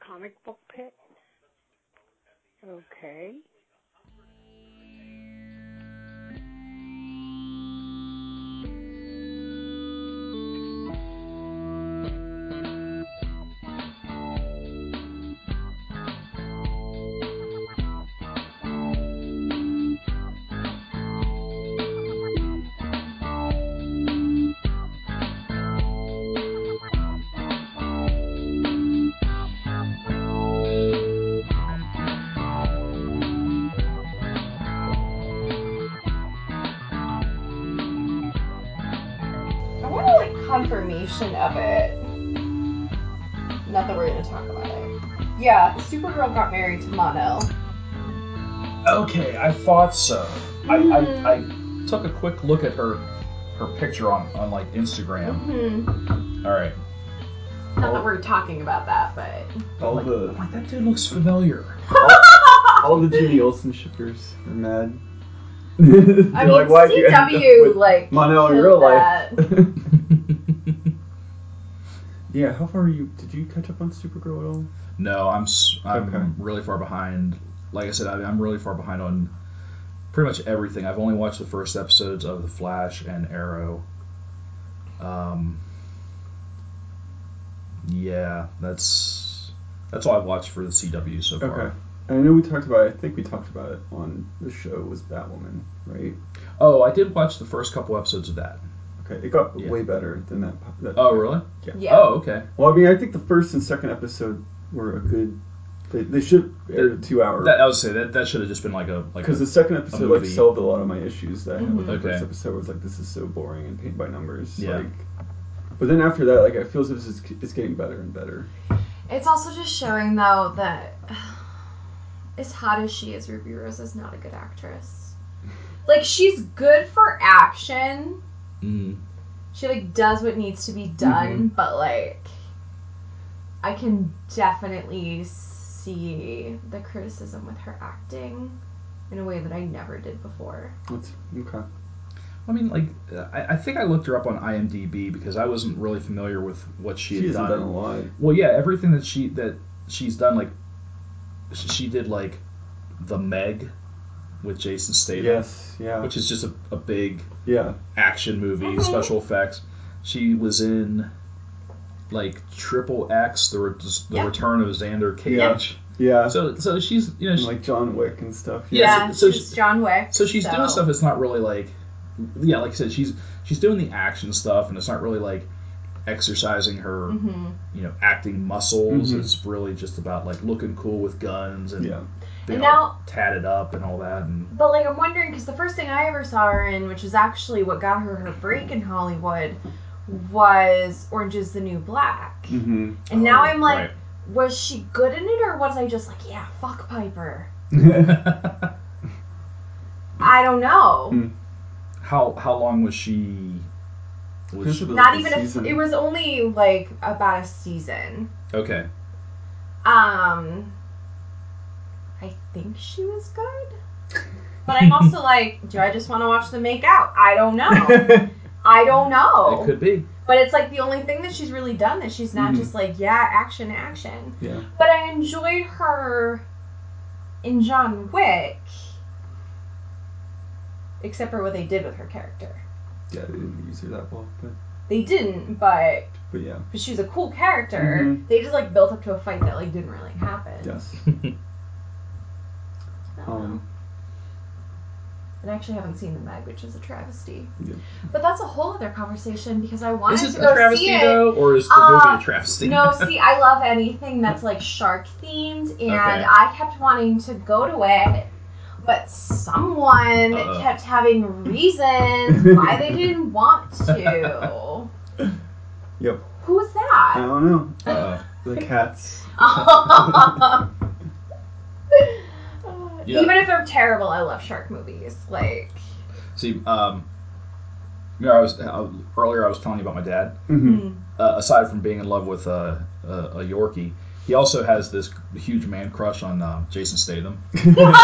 comic book pit? Okay. I want to like confirmation of it. Not that we're gonna talk about it. Yeah, Supergirl got married to Mono. Okay, I thought so. I, Hmm. I, I took a quick look at her her picture on, on like Instagram. Mm-hmm. All right. Not that we're talking about that, but All like, oh the like, that dude looks familiar. all the Judy Olsen shippers are mad. I They're mean, "Why'd you end up CW with like Mono in killed real life. that. yeah, how far are you? Did you catch up on Supergirl at all? no, I'm s- I'm Okay. really far behind. Like I said, I, I'm really far behind on pretty much everything. I've only watched the first episodes of The Flash and Arrow. Um. Yeah, that's that's all I've watched for the CW so far. Okay. I know we talked about. it. I think we talked about it on the show. Was Batwoman right? Oh, I did watch the first couple episodes of that. Okay, it got Yeah. way better than that. pop- that Oh, really? Yeah. Oh, okay. Well, I mean, I think the first and second episode were a good. They, they should air a two hour That, I would say that that should have just been like a like because a, the second episode like movie. solved a lot of my issues that I had with Mhm. the first Okay. episode. Where it's like this is so boring and paint by numbers. Yeah. Like, but then after that, like I feel as if it's, it's getting better and better. It's also just showing though that as hot as she is, Ruby Rose is not a good actress. Like she's good for action. Mm. She like does what needs to be Mm-hmm. done, but like I can definitely see the criticism with her acting in a way that I never did before. That's okay. I mean, like I, I think I looked her up on IMDb because I wasn't really familiar with what she, She, had hasn't done. done a lot. Well, yeah, everything that she that she's done, like sh- she did like the Meg with Jason Statham, Yes. Yeah. which is just a, a big Yeah. action movie, special effects. She was in like Triple X, the re- the Yeah. Return of Xander Cage. Yeah. Yeah. So so she's you know and, she, like John Wick and stuff. Yeah, Yeah, so- so she's she- John Wick. So she's doing stuff that's not really like, yeah, like I said, she's she's doing the action stuff, and it's not really like exercising her, hmm you know, acting muscles. Mhm. It's really just about like looking cool with guns and Yeah. being And all now tatted up and all that. And But like I'm wondering because the first thing I ever saw her in, which was actually what got her her break in Hollywood, was Orange Is the New Black. Mm-hmm. And now Oh, I'm like, right. was she good in it or was I just like, yeah, fuck Piper? I don't know. how how long was she? Was she, Not even a, it was only like about a season. okay. Um, I think she was good. But I'm also like, do I just want to watch them make out? I don't know. I Mm-hmm. don't know. It could be. But it's like the only thing that she's really done that she's not Mhm. just like, yeah, action, action. Yeah. But I enjoyed her in John Wick, except for what they did with her character. Yeah, they didn't use her that well, but They didn't, but but yeah. but she was a cool character. Mm-hmm. Mhm. They just like built up to a fight that like didn't really happen. Yes. I don't know. Um, And I actually haven't seen the Meg, which is a travesty. Yeah. But that's a whole other conversation because I wanted is to it go a travesty see it. though, or is the Uh, movie a travesty? No, see, I love anything that's like shark themed, and Okay. I kept wanting to go to it, but someone Uh-oh. kept having reasons why they didn't want to. Yep. Who's I that? don't know. Uh, The cats. Yeah. Even if they're terrible, I love shark movies. Like, see, um, you know, I was uh, earlier. I was telling you about my dad. Mm-hmm. uh, aside from being in love with uh, a, a Yorkie, he also has this huge man crush on uh, Jason Statham. um,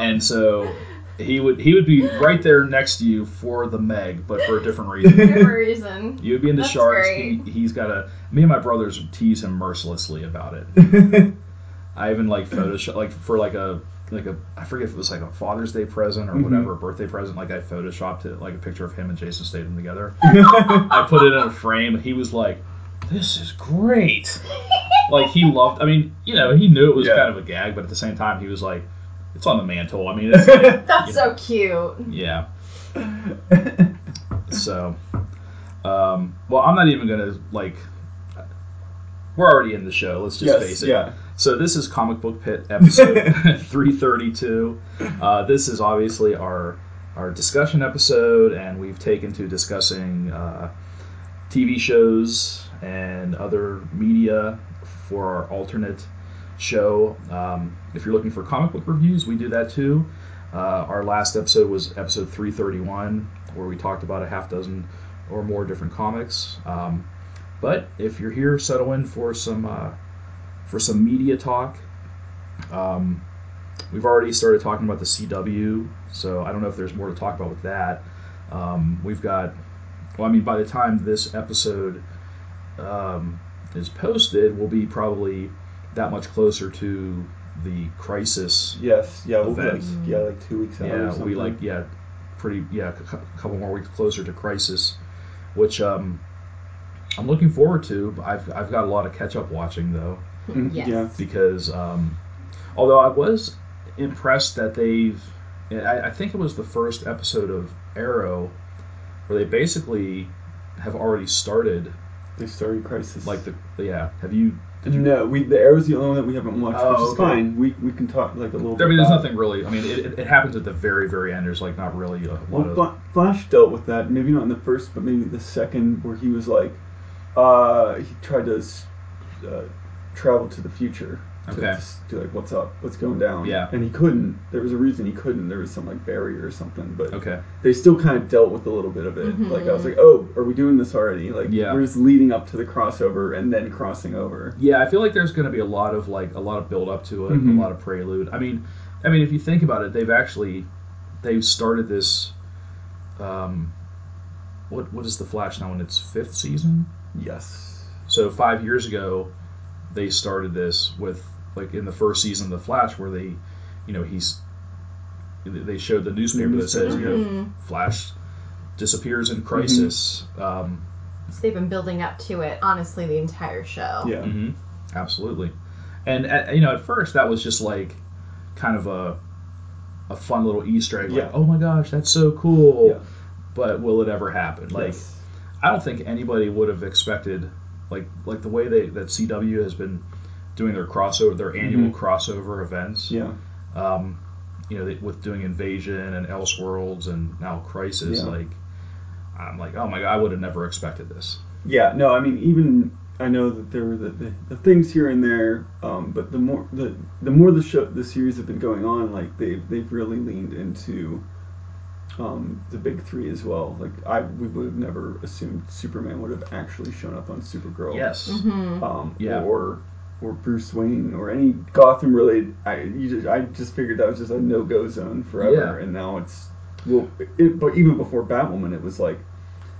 and so He would he would be right there next to you for the Meg, but for a different reason. Whatever reason. You'd be into That's sharks. great. He, he's got a. Me and my brothers tease him mercilessly about it. I even like Photoshop like for like a like a I forget if it was like a Father's Day present or Mhm. whatever birthday present. Like I photoshopped it like a picture of him and Jason Statham together. I put it in a frame. He was like, "This is great." like he loved. I mean, you know, he knew it was Yeah. kind of a gag, but at the same time, he was like, "It's on the mantle." I mean, it's like, That's so cute. yeah. So, um, well, I'm not even gonna like. We're already in the show. Let's just yes, face it. yeah. So this is Comic Book Pit episode 332. Uh, this is obviously our our discussion episode, and we've taken to discussing uh, TV shows and other media for our alternate show. Um, if you're looking for comic book reviews, we do that too. Uh, our last episode was episode 331, where we talked about a half dozen or more different comics. Um, but if you're here, settle in for some. Uh, for some media talk. Um, we've already started talking about the CW, so I don't know if there's more to talk about with that. Um, we've got, well, I mean, by the time this episode um, is posted, we'll be probably that much closer to the crisis. Yes, yeah, we'll be like, Events. yeah, like two weeks out. or Yeah, we something. like, yeah, pretty, yeah, a cou- couple more weeks closer to crisis, which um, I'm looking forward to. I've, I've got a lot of catch up watching, though Mhm, Yes. yeah. because um, although I was impressed that they've, I, I think it was the first episode of Arrow where they basically have already started They started Crisis. like the yeah. Have you? Did you? no, we the Arrow's the only one that we haven't watched, Oh, which is okay. fine. We we can talk like a little. I bit mean, there's about it. nothing really. I mean, it, it, it happens at the very very end. There's like not really a lot Well, of. Fla- Flash dealt with that, maybe not in the first, but maybe the second, where he was like, uh, he tried to s- uh, travel to the future to Okay. s- to like what's up, what's going down. Yeah. And he couldn't. There was a reason he couldn't. There was some like barrier or something, but Okay. they still kind of dealt with a little bit of it. Mhm. Like I was like, oh, are we doing this already? Like Yeah. we're just leading up to the crossover and then crossing over. Yeah, I feel like there's going to be a lot of like a lot of build up to it, Mhm. a lot of prelude. I mean, I mean, if you think about it, they've actually they've started this. Um, what what is the Flash now in its fifth season? Yes. So five years ago, they started this with like in the first season of The Flash, where they, you know, he's they showed the newspaper Mm-hmm. that says you know Mhm. Flash disappears in crisis. Um, So they've been building up to it, honestly, the entire show. Yeah. mhm, Mm-hmm. absolutely, and at, you know at first that was just like kind of a a fun little Easter egg. Yeah. Like, oh my gosh, that's so cool. Yeah. But will it ever happen? Like Yes. I don't think anybody would have expected like like the way they that CW has been doing their crossover their annual crossover events. Mm-hmm. Yeah. Um, you know, they, with doing Invasion and Elseworlds and now Crisis, Yeah. like I'm like, oh my god, I would have never expected this. Yeah, no, I mean, even I know that there were the, the, the things here and there, um, but the more the the more the show the series have been going on, like they've they've really leaned into um, the big three as well. Like I we would have never assumed Superman would have actually shown up on Supergirl. Yes. hmm Um, Yeah. Or or Bruce Wayne or any Gotham related. I you just, I just figured that was just a no go zone forever, Yeah. and now it's well, it, but even before Batwoman, it was like.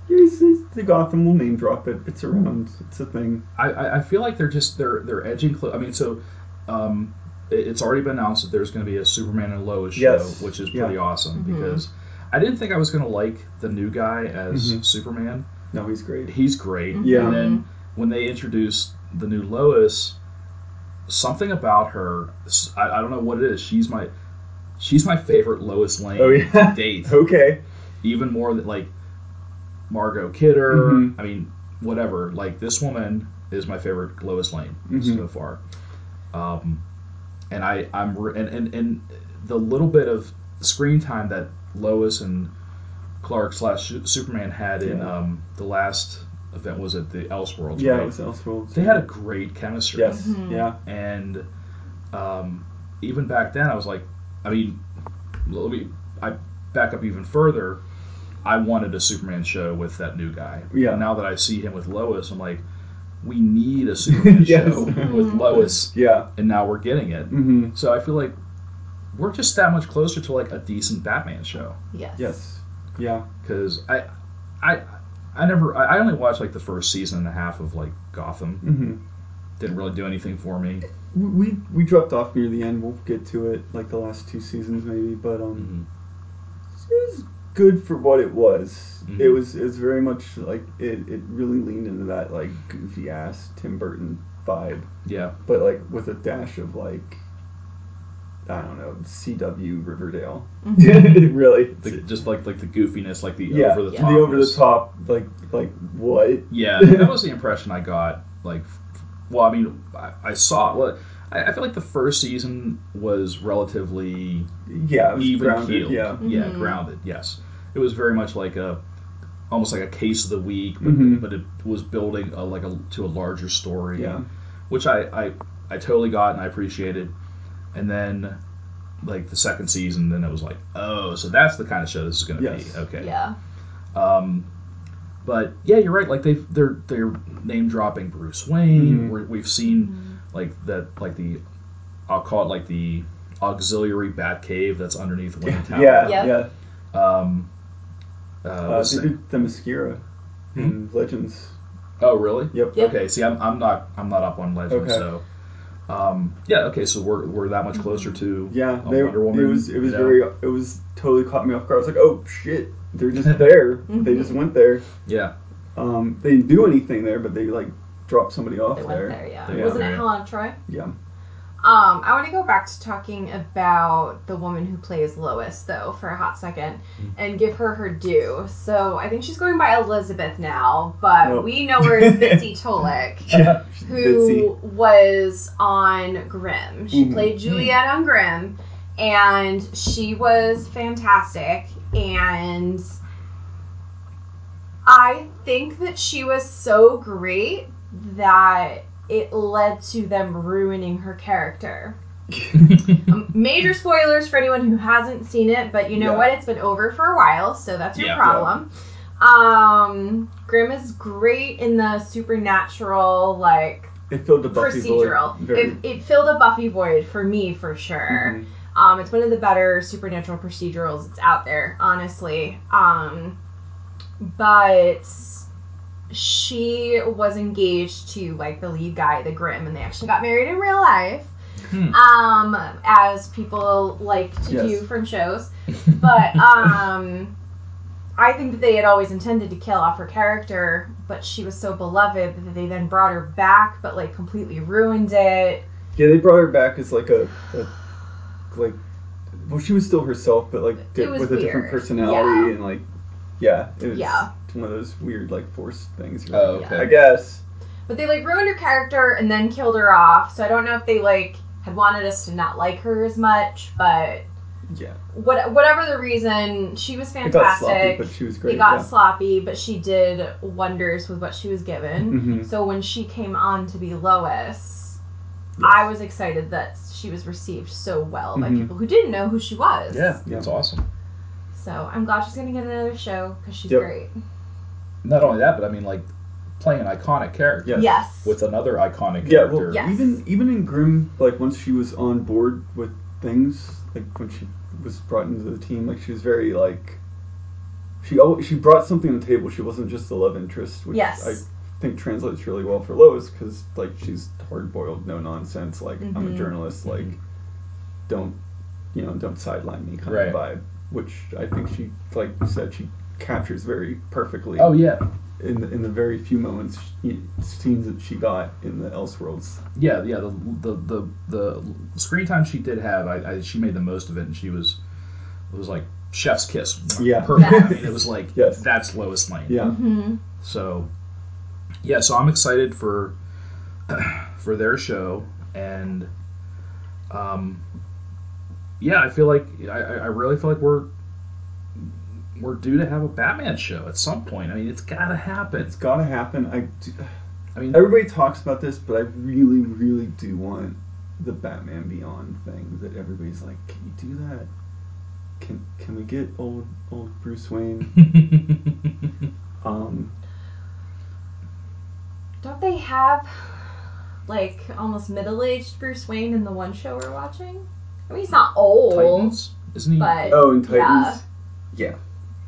Here's, here's the Gotham. We'll name drop it. It's around. It's a thing. I, I, I feel like they're just they're they're edging close. I mean, so um, it- it's already been announced that there's going to be a Superman and Lois show, Yes. which is Yeah. pretty awesome Mhm. because I didn't think I was going to like the new guy as Mhm. Superman. No, he's great. He's great. Mm-hmm. Yeah. And then when they introduced the new Lois, something about her, s- I, I don't know what it is. She's my she's my favorite Lois Lane Oh, yeah. to date. Okay. Even more than like Margot Kidder. Mhm. I mean, whatever. Like this woman is my favorite Lois Lane Mhm. so far. Um, and I I'm re- and, and and the little bit of screen time that Lois and Clark slash Su- Superman had in Yeah. um, the last event was at the Elseworlds. Yeah, right? it was Elseworlds. they had a great chemistry. yes. Mhm. Yeah. And um, even back then, I was like, I mean, let me I back up even further. I wanted a Superman show with that new guy. Yeah. And now that I see him with Lois, I'm like, we need a Superman Yes. show with Lois, Yeah. and now we're getting it. Mm-hmm. So I feel like we're just that much closer to like a decent Batman show. Yes. Yes. Yeah. Because I, I, I never. I I only watched like the first season and a half of like Gotham. Mm-hmm. Didn't really do anything for me. We we dropped off near the end. We'll get to it like the last two seasons maybe, but um, Mhm. it was good for what it was. Mhm. It was it's very much like it, it really leaned into that like goofy ass Tim Burton vibe, Yeah. but like with a dash of like I don't know CW Riverdale. Mhm. really, The, just like like the goofiness, like the yeah, over the the top. over the top like like what? Yeah, that was the impression I got. Like, f- well, I mean, I, I saw. Well, I, I feel like the first season was relatively Yeah, it was even grounded. keeled. Yeah, yeah, Mhm. grounded. Yes, it was very much like a almost like a case of the week, but, Mhm. but it was building a, like a to a larger story. yeah, which I, I I totally got and I appreciated. And then like the second season, then it was like, oh, so that's the kind of show this is going to Yes. be. Okay. Yeah. Um, but yeah, you're right. Like they they're they're name dropping Bruce Wayne. Mhm. We're, we've seen like that like the I'll call it like the auxiliary bat cave that's underneath Wayne Tower. yeah, Yeah. yeah. Um, uh, Uh, what's they his name? did the mascara Hmm? in Legends. oh, really? Yep. Yep. Okay. See, I'm, I'm not I'm not up on Legend, Okay. so. Um, yeah. Okay. So we're, we're that much closer to Yeah, a they, Oh, Wonder Woman, it was it was you know? very it was totally caught me off guard. I was like, oh shit, they're just there. Mm-hmm. They just went there. yeah Um, they didn't do anything there, but they like dropped somebody off They went there. there, yeah. They Wasn't went it there. Helen of Troy? Yeah, Um, I want to go back to talking about the woman who plays Lois, though, for a hot 2nd Mm-hmm. and give her her due. So I think she's going by Elizabeth now, but Nope. we know her as Mitzi Tolick, yeah. who was on Grimm. She Mhm. played Juliet on Grimm, and she was fantastic. And I think that she was so great that it led to them ruining her character. Um, Major spoilers for anyone who hasn't seen it, but you know Yeah. what? It's been over for a while, so that's your Yeah. problem. Um, Grimm is great in the supernatural, like It filled the Buffy procedural. void very- It, it filled a Buffy void for me for sure. Mhm. Um, it's one of the better supernatural procedurals that's out there, honestly. Um, but she was engaged to like the lead guy, the Grimm, and they actually got married in real life. Hmm. Um, as people like to Yes. do from shows, but um, I think that they had always intended to kill off her character, but she was so beloved that they then brought her back, but like completely ruined it. Yeah, they brought her back as like a, a like well, she was still herself, but like di- It was with a weird. different personality Yeah. and like yeah, it was Yeah. one of those weird like forced things. You're oh like, okay I guess. But they like ruined her character and then killed her off. So I don't know if they like had wanted us to not like her as much, but Yeah, what whatever the reason, she was it got fantastic. sloppy, but she was great. it got yeah. sloppy, but she did wonders with what she was given. Mhm. So when she came on to be Lois, Yes. I was excited that she was received so well by Mhm. people who didn't know who she was. yeah that's awesome So I'm glad she's gonna get another show because she's Yep. great. not only that but I mean like playing an iconic character Yes. Yes. with another iconic Yeah, character well, Yes. even even in Grimm, like once she was on board with things, like when she was brought into the team, like she was very like she always, she brought something to the table. She wasn't just the love interest, which Yes. I think translates really well for Lois because like she's hard boiled, no nonsense. Like I'm a Mhm. journalist, like Mm-hmm. don't you know don't sideline me kind Right. of vibe, which I think she like you said she captures very perfectly oh yeah in the, in the very few moments she, scenes that she got in the Elseworlds yeah yeah the the the, the screen time she did have I, I she made the most of it and she was it was like chef's kiss Yeah. perfect I Yes. mean it was like Yes. that's Lois Lane Yeah. hmm So, yeah, so I'm excited for for their show, and um, yeah, I feel like I, I I really feel like we're we're due to have a Batman show at some point. I mean, it's gotta happen. It's gotta happen. I do, I mean, everybody talks about this, but I really, really do want the Batman Beyond thing that everybody's like, can you do that? Can can we get old old Bruce Wayne? Um, Don't they have like almost middle aged Bruce Wayne in the one show we're watching? I mean, he's not old, Titans, isn't he? but Oh, and yeah. Titans. Yeah.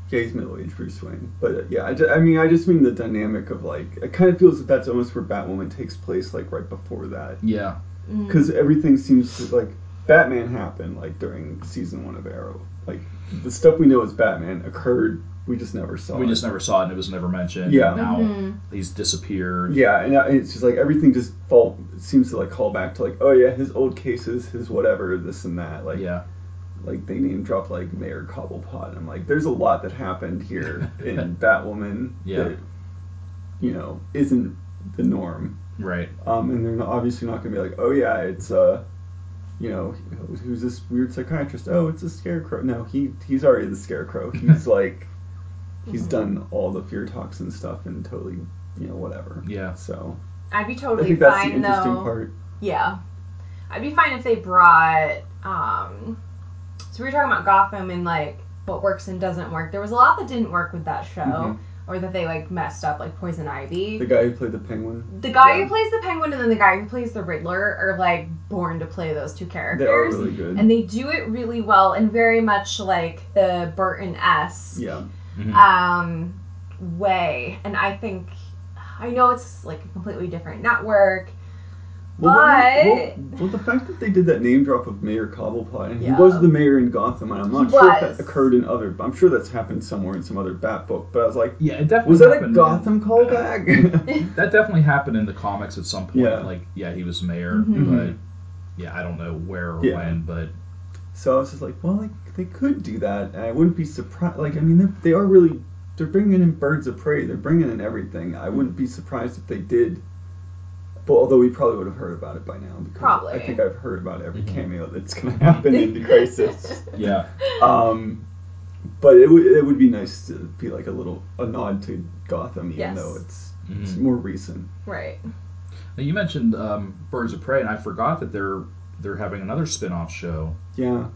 Yeah, he's middle-aged Bruce Wayne, but uh, yeah, I, ju- I mean, I just mean the dynamic of like it kind of feels that that's almost where Batwoman takes place, like right before that, yeah, Mm. because everything seems to like Batman happened like during season one of Arrow, like the stuff we know as Batman occurred, we just never saw. we it. just never saw it, and it was never mentioned. Yeah. and now Mhm. he's disappeared. Yeah, and I- it's just like everything just fall seems to like call back to like oh yeah his old cases his whatever this and that like yeah, like they name drop like Mayor Cobblepot and I'm like there's a lot that happened here in Batwoman Yeah. that you know isn't the norm right. um and they're not, obviously not gonna be like oh yeah it's uh you know who's this weird psychiatrist oh it's a scarecrow no he he's already the scarecrow he's like he's done all the fear toxin stuff and totally you know whatever Yeah, so. I'd be I totally think that's the fine interesting though. part. Yeah. I'd be fine if they brought um so we were talking about Gotham and like what works and doesn't work. There was a lot that didn't work with that show Mhm. or that they like messed up like Poison Ivy. The The, guy who played the penguin. guy yeah. who plays the Penguin and then the guy who plays the Riddler are like born to play those two They are characters. really good. and they do it really well and very much like the Burton esque yeah. Mhm. um, way. And I think I know it's like a completely different network. Well, But- well, well, the fact that they did that name drop of Mayor Cobblepot, and Yeah. he was the mayor in Gotham, and I'm He not sure if was. that occurred in other. I'm sure that's happened somewhere in some other Bat book, but I was like, yeah. It definitely was that a happened in- Gotham callback? That definitely happened in the comics at some point. Yeah. Mm-hmm. Like, yeah, he was mayor, Mhm. but yeah, I don't know where or Yeah. when, but so I was just like, well, like, they could do that, and I wouldn't be surprised. Like, I mean, they're, they are really. They're bringing in birds of prey. They're bringing in everything. I wouldn't be surprised if they did. But although we probably would have heard about it by now, because Probably. I think I've heard about every Mhm. cameo that's going to happen in the crisis. yeah, Um, but it would it would be nice to be like a little a nod to Gotham, even Yes. though it's it's Mhm. more recent. Right. Now, you mentioned um, Birds of Prey, and I forgot that they're they're having another spin-off show. Yeah,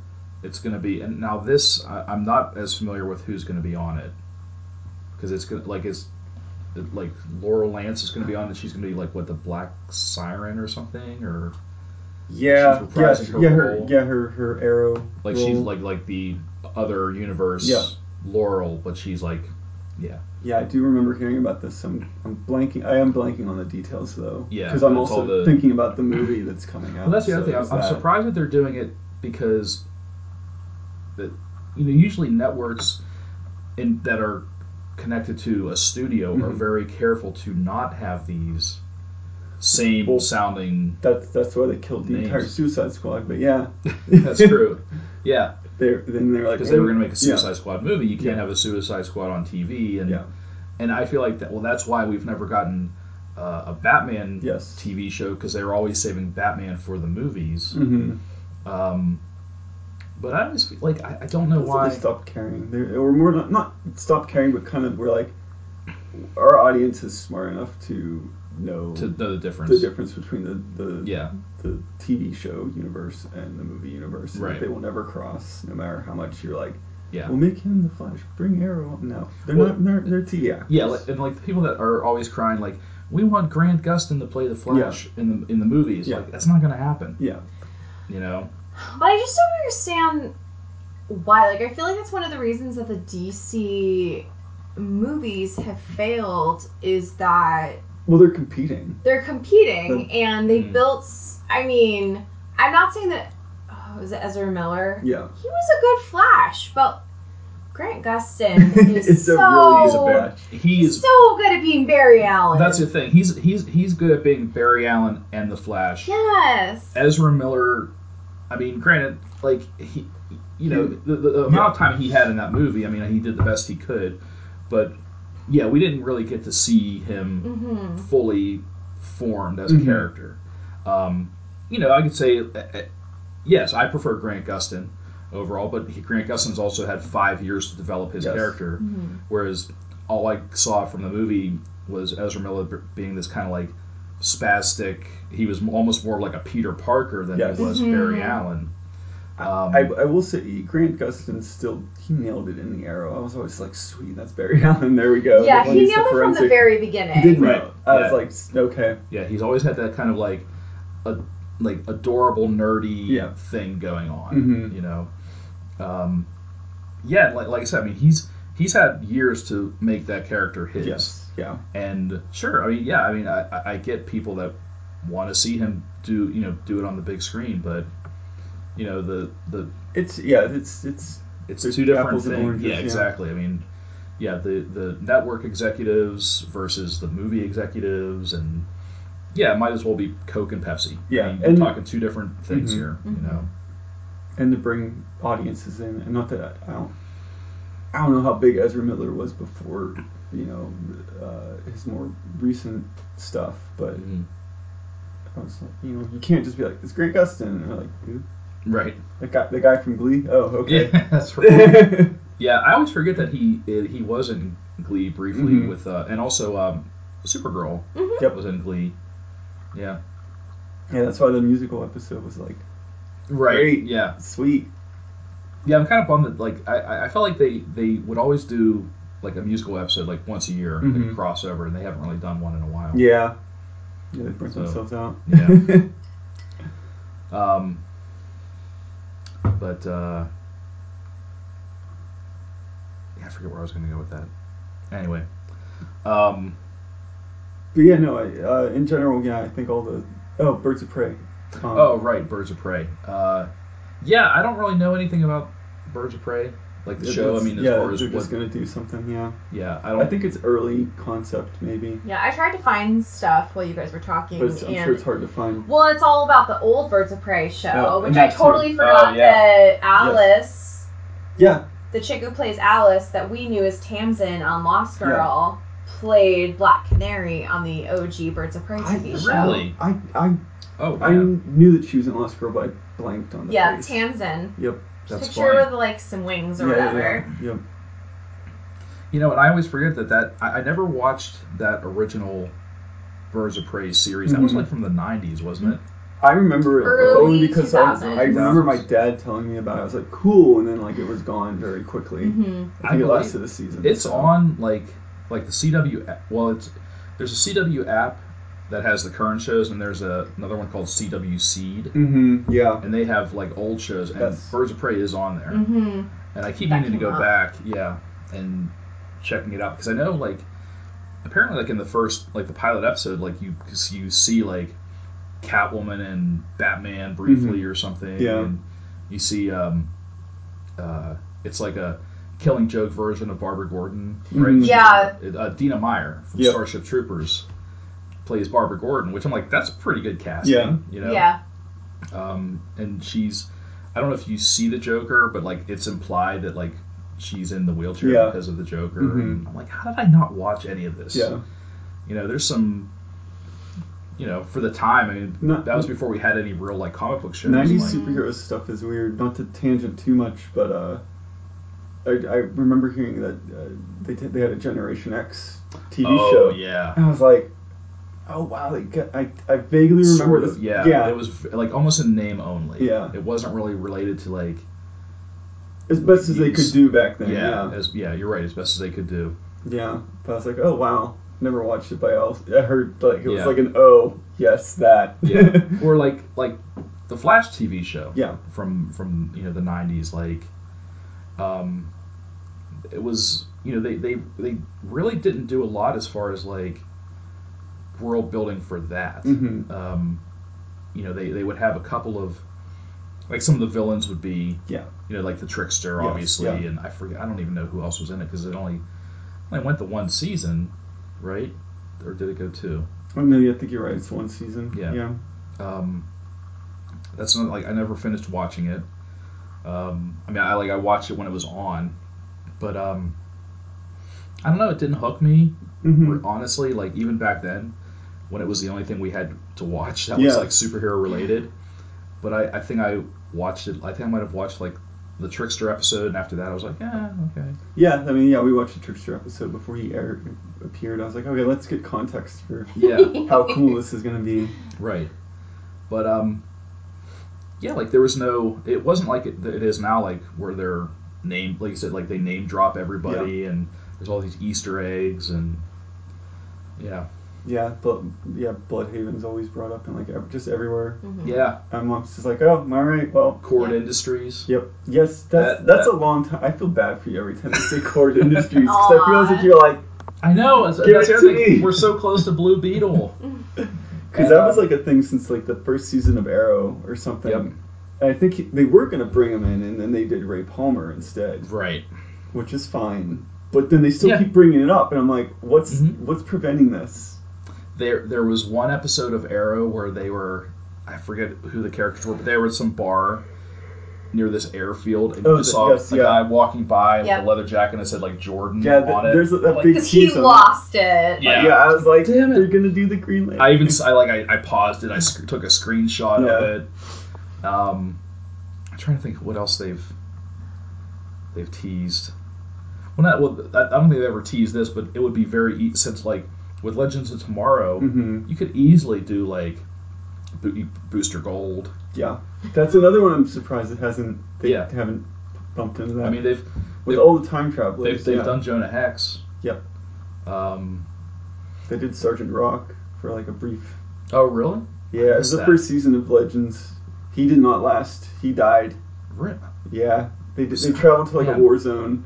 It's going to be, and now this I, I'm not as familiar with who's going to be on it because it's gonna, like it's it- like Laurel Lance is going to be on, and she's going to be like what the Black Siren or something, or yeah, She's yeah, reprising her yeah. Her, role. yeah, her her arrow. like role. she's like like the other universe Yeah. Laurel, but she's like Yeah, I do remember hearing about this. I'm, I'm blanking. I am blanking on the details though. Yeah, because I'm that's also all the- thinking about the movie that's coming out. Well, that's the other so thing. I'm, is I'm that- surprised that they're doing it because that you know usually networks in that are connected to a studio are Mhm. very careful to not have these same Well- sounding. That's that's why they killed the Names. entire Suicide Squad. But yeah, That's true. Yeah, they're then they're like because they were going to make a Yeah. Suicide Squad movie. You can't Yeah. have a Suicide Squad on TV, and Yeah. and I feel like that. Well, that's why we've never gotten uh, a Batman "Mm, Yes. TV show because they were always saving Batman for the movies. Mhm. Um, but I always feel like I, I don't know That's what why. Mm-hmm. they stopped caring. They or more not not stopped caring, but kind of we're like, our audience is smart enough to know to know the difference. the difference between the the, Yeah, the TV show universe and the movie universe. and Right. They will never cross, no matter how much you're like. Yeah. We'll make him the Flash. Bring Arrow. up." No, they're Well- not. They're, they're TV actors. yeah, like, and like the people that are always crying, like we want Grant Gustin to play the Flash in the in the movies. Yeah. Like that's not gonna happen. Yeah. You know. But I just don't understand why. Like, I feel like that's one of the reasons that the DC movies have failed is that Well, they're competing. they're competing and they Mm. built. s- I mean, I'm not saying that. Oh, was it Ezra Miller? Yeah. He was a good Flash, but Grant Gustin is It's so a really- he's a bad- He he's is. so good at being Barry Allen. That's the thing. He's he's he's good at being Barry Allen and the Flash. Yes. Ezra Miller. I mean, granted, like he, you know, the, the, the amount of time he had in that movie. I mean, he did the best he could, but yeah, we didn't really get to see him Mm-hmm. fully formed as Mhm. a character. Um, you know, I could say, uh, uh, yes, I prefer Grant Gustin overall, but he, Grant Gustin's also had five years to develop his Yes. character, Mm-hmm. whereas all I saw from the movie was Ezra Miller b- being this kind of like spastic. He was m- almost more like a Peter Parker than Yes. he was Mhm. Barry Allen. Um, I, I will say Grant Gustin still he nailed it in the Arrow. I was always like, sweet, that's Barry Allen. There we go. yeah, When he he's the nailed it from the forensic- very He beginning. did Right. right. I Yeah. was like, okay. yeah, he's always had that kind of like a like adorable nerdy Yeah. thing going on. Mhm. You know, um, yeah, like, like I said, I mean he's he's had years to make that character his. Yes. Yeah. And sure, I mean, yeah, I mean, I, I- I get people that want to see him do you know do it on the big screen, but you know the the It's yeah. It's it's it's There's two different apples and things. oranges, Yeah, yeah. exactly. I mean, yeah, the the network executives versus the movie executives, and yeah, it might as well be Coke and Pepsi. Yeah, I mean, we're and- talking two different things Mhm. here. You Mhm. know, and to bring audiences in, and not that I, I don't. I don't know how big Ezra Miller was before, you know, uh, his more recent stuff, but I was like, you know, you can't just be like, it's Grant Gustin. And they're like, dude, right? that guy, the guy from Glee. Oh, okay. Yeah, that's right. Yeah. yeah, I always forget that he he was in Glee briefly Mhm. with, uh, and also um, Supergirl Mhm. Yep. was in Glee. Yeah, that's why the musical episode was like right. Great. Yeah, sweet. yeah. I'm kind of bummed that like I- I I felt like they they would always do like a musical episode like once a year, like a Mhm. crossover, and they haven't really done one in a while. Yeah. Yeah, they burnt So, themselves out. yeah. Um, but uh, yeah, I forget where I was going to go with that. Anyway, um, but yeah, no. I, uh, in general, yeah, I think all the oh, Birds of Prey. Um, oh right, Birds of Prey. Uh, yeah, I don't really know anything about Birds of Prey, like the it- show. I it's- mean, as yeah, far as they're what, just gonna do something. Yeah, yeah, I I don't. think it's early concept maybe, Yeah, I tried to find stuff while you guys were talking, but it's, I'm and sure it's hard to find. well, it's all about the old Birds of Prey show, Yeah, which and I that too. totally forgot Oh, yeah. that Alice, Yeah, the chick who plays Alice that we knew as Tamsin on Lost Girl, played Black Canary on the OG Birds of Prey I- TV show. really? I I, Oh, I yeah, knew that she was in Lost Girl, but I blanked on the Yeah, face. Tamsin. Yep. that's Picture funny. with like some wings Yeah, or yeah, whatever. yeah, yep. You know, and I always forget that that I, I never watched that original Birds of Prey series. That was Mhm. like from the '90s, wasn't it? I remember it Early only because I, was- 2000s. I remember my dad telling me about it. I was like, cool, and then like it was gone very quickly. hmm I think I it lasted a season. It's so. on like like the CW. app- Well, it's there's a CW app that has the current shows, and there's a, another one called CW Seed, Mm-hmm. Yeah. and they have like old shows. And Yes. Birds of Prey is on there, hmm and I keep That needing to came go up. back, yeah, and checking it out because I know like apparently like in the first like the pilot episode, like you you see like Catwoman and Batman briefly or something. Mm-hmm. Yeah. And you see um uh it's like a Killing Joke version of Barbara Gordon, right? Mhm. Yeah. It- Uh, Dina Meyer from Yep. Starship Troopers plays Barbara Gordon, which I'm like, that's pretty good casting. Yeah. You know? Yeah. Um, and she's, I don't know if you see the Joker, but like it's implied that like she's in the wheelchair Yeah. because of the Joker. Mhm. And I'm like, how did I not watch any of this? Yeah. You know, there's some, you know, for the time, I mean, Not, that was before we had any real like comic book shows. 90s like, superhero stuff is weird. Not to tangent too much, but uh, I, I remember hearing that uh, they did, they had a Generation X TV oh show. yeah. And I was like, oh wow, like, I, I vaguely remember Sort this. of, yeah. Yeah. It was v- like almost in name only. Yeah. It wasn't really related to like as best as they Use. could do back then. yeah, Yeah. as yeah, you're right, as best as they could do. Yeah, but I was like, oh wow, never watched it by else. I heard like it was Yeah. like an oh yes that. Yeah. or like like the Flash TV show. Yeah. From from you know the '90s, like, um, it was you know they they they really didn't do a lot as far as like world building for that. hmm Um, you know they they would have a couple of like some of the villains would be Yeah. you know like the trickster Yes, obviously yeah. and I forget I don't even know who else was in it because it only only went the one season, right? Or did it go two? Oh no, yeah, I think you're right. It's one season. Yeah. Um, that's not like I never finished watching it. Um, I mean, I like I watched it when it was on, but um, I don't know. It didn't hook me hmm honestly. Like even back then, when it was the only thing we had to watch that was Yeah. like superhero related. But I, I think I watched it. I think I might have watched like the Trickster episode, and after that, I was like, yeah, okay. Yeah, I mean, yeah, we watched the Trickster episode before he aired, appeared. I was like, okay, let's get context for Yeah. how cool this is gonna be. Right. But um, yeah, like there was no. It wasn't like it, it is now, like where they're name, like you said, like they name drop everybody, and there's all these Easter eggs, and yeah, yeah, but yeah, Bloodhaven's always brought up and like ev- just everywhere. Mhm. Yeah, I'm just like, oh, all right, well, Cord Yeah. Industries. Yep. Yes, that's That- that's that- a long time. I feel bad for you every time you say Cord Industries because I feel as if you're like I know. it's- Give that's the it to other thing. me. We're so close to Blue Beetle. because that was like a thing since like the first season of Arrow or something. Yep. And I think he- they were gonna bring him in, and then they did Ray Palmer instead, Right. which is fine. But then they still Yeah. keep bringing it up, and I'm like, what's Mhm. what's preventing this? There, there was one episode of Arrow where they were, I forget who the characters were, but they were at some bar near this airfield, and Oh, you the- just saw yes, a yeah. guy walking by Yep. with a leather jacket and it said like Jordan Yeah, th- on it. there's a, that Like, big Because he piece on it. lost it. Yeah. Yeah, I was like, Damn it. they're gonna do the Green Lantern. I even s- I like I, I paused it. I sc- took a screenshot Yeah. of it. Um, I'm trying to think what else they've they've teased. Well, not well. I, I don't think they ever teased this, but it would be very e- since like with Legends of Tomorrow, hmm you could easily do like Bo- e, Booster Gold. Yeah, that's another one. I'm surprised it hasn't. They Yeah. haven't bumped into that. I mean, they've with they- all the time travelers, they've, they've yeah. done Jonah Hex. Yep. Um, They did Sergeant Rock for like a brief. oh really? Yeah, it was missed the that. first season of Legends. He did not last. He died. Re- Yeah, they did, they traveled to like Yeah. a war zone,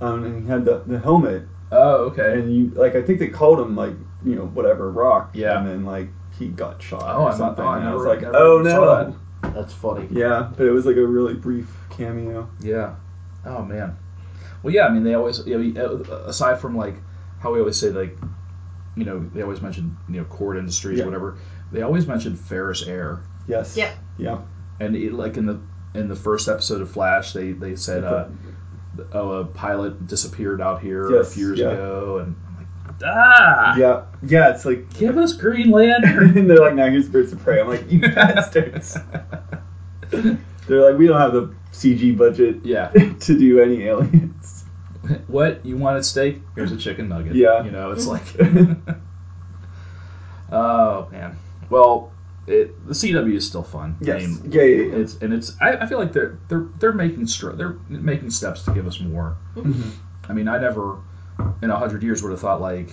um, and he had the, the helmet, Oh okay. and you like I think they called him like you know whatever Rock. Yeah. and then like he got shot. Oh, or I'm not- something. oh, I and I was never- like, never oh saw no. That's funny. Yeah, but it was like a really brief cameo. Yeah. Oh man. Well, yeah. I mean, they always, you know, aside from like how we always say like, you know, they always mention you know Cord Industries, Yeah. whatever. They always mention Ferris Air, Yes. Yep. Yeah. and it, like in the in the first episode of Flash, they they said, uh, oh, a pilot disappeared out here a Yes, few years yeah. ago, and I'm like, ah, Yeah. Yeah. It's like give us Green Lantern. and they're like, now here's Birds of Prey. I'm like, you bastards. They're like, we don't have the CG budget yeah. to do any aliens. what you wanted steak? Here's a chicken nugget. Yeah. you know, it's like, oh man. Well, it, the CW is still fun. I Yes. mean, Yeah, yeah, yeah. it's and it's. I, I feel like they're they're they're making str- they're making steps to give us more. I mean, I never in a hundred years would have thought like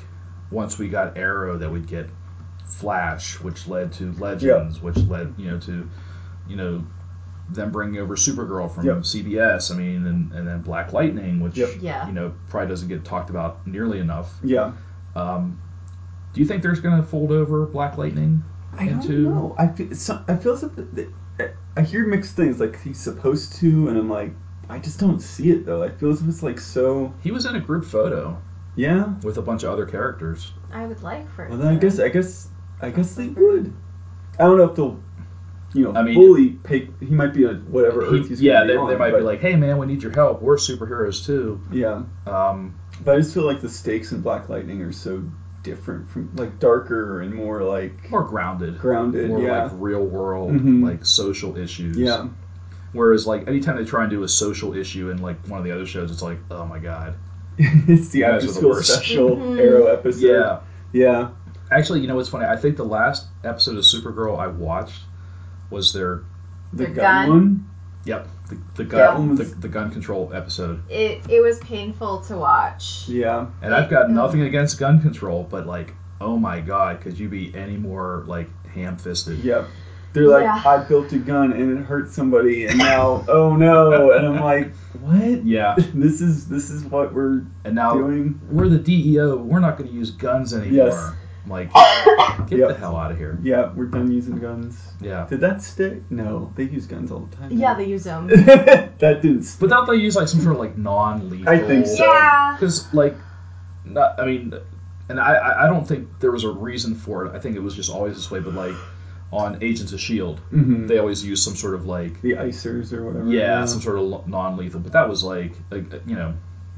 once we got Arrow that we'd get Flash, which led to Legends, which led you know to you know them bringing over Supergirl from Yep. CBS. I mean, and and then Black Lightning, which Yep. Yeah. you know probably doesn't get talked about nearly enough. Yeah. Um, do you think there's going to fold over Black Lightning? I And don't two- know. I feel, so, I feel as if that, that- I hear mixed things. Like, he's supposed to, and I'm like, I just don't see it, though. I feel as if it's like so. He was in a group photo Yeah. with a bunch of other characters. I would like for. Well, then I guess, I guess, I guess they would. I don't know if they'll. You know, I mean- fully pay. He might be on whatever He- Earth he's yeah, gonna be they, on, they might but- be like, "Hey, man, we need your help. We're superheroes too." yeah. Um, But I just feel like the stakes in Black Lightning are so different from like darker and more like more grounded, grounded. more yeah. like real world, Mhm. like social issues. yeah. Whereas, like, anytime they try and do a social issue in like one of the other shows, it's like, oh my god. it's the You guys after are the school worst. special Mhm. Arrow episode. Yeah. Yeah. Actually, you know what's funny? I think the last episode of Supergirl I watched was their The, The gun, gun. one. yep the, the That gun one the, was- the gun control episode. It it was painful to watch. Yeah. And I've got Yeah. nothing against gun control, but like, oh my god, could you be any more like ham fisted? Yep. They're like, Yeah. I built a gun and it hurt somebody, and now, oh no! And I'm like, what? Yeah. This is this is what we're And now doing. we're the DEO, we're not gonna use guns anymore. Yes. I'm like get the Yep. hell out of here. Yeah, we're done using guns. Yeah. Did that stick? No, they use guns all the time. Yeah, they use them. that didn't stick. But don't they use like some sort of like non lethal I think so. Yeah. Because like not I mean and I- I, I don't think there was a reason for it. I think it was just always this way, but like on Agents of Shield, Mhm. E they always use some sort of like the icers or whatever. yeah, some sort of non lethal. But that was like, like you know,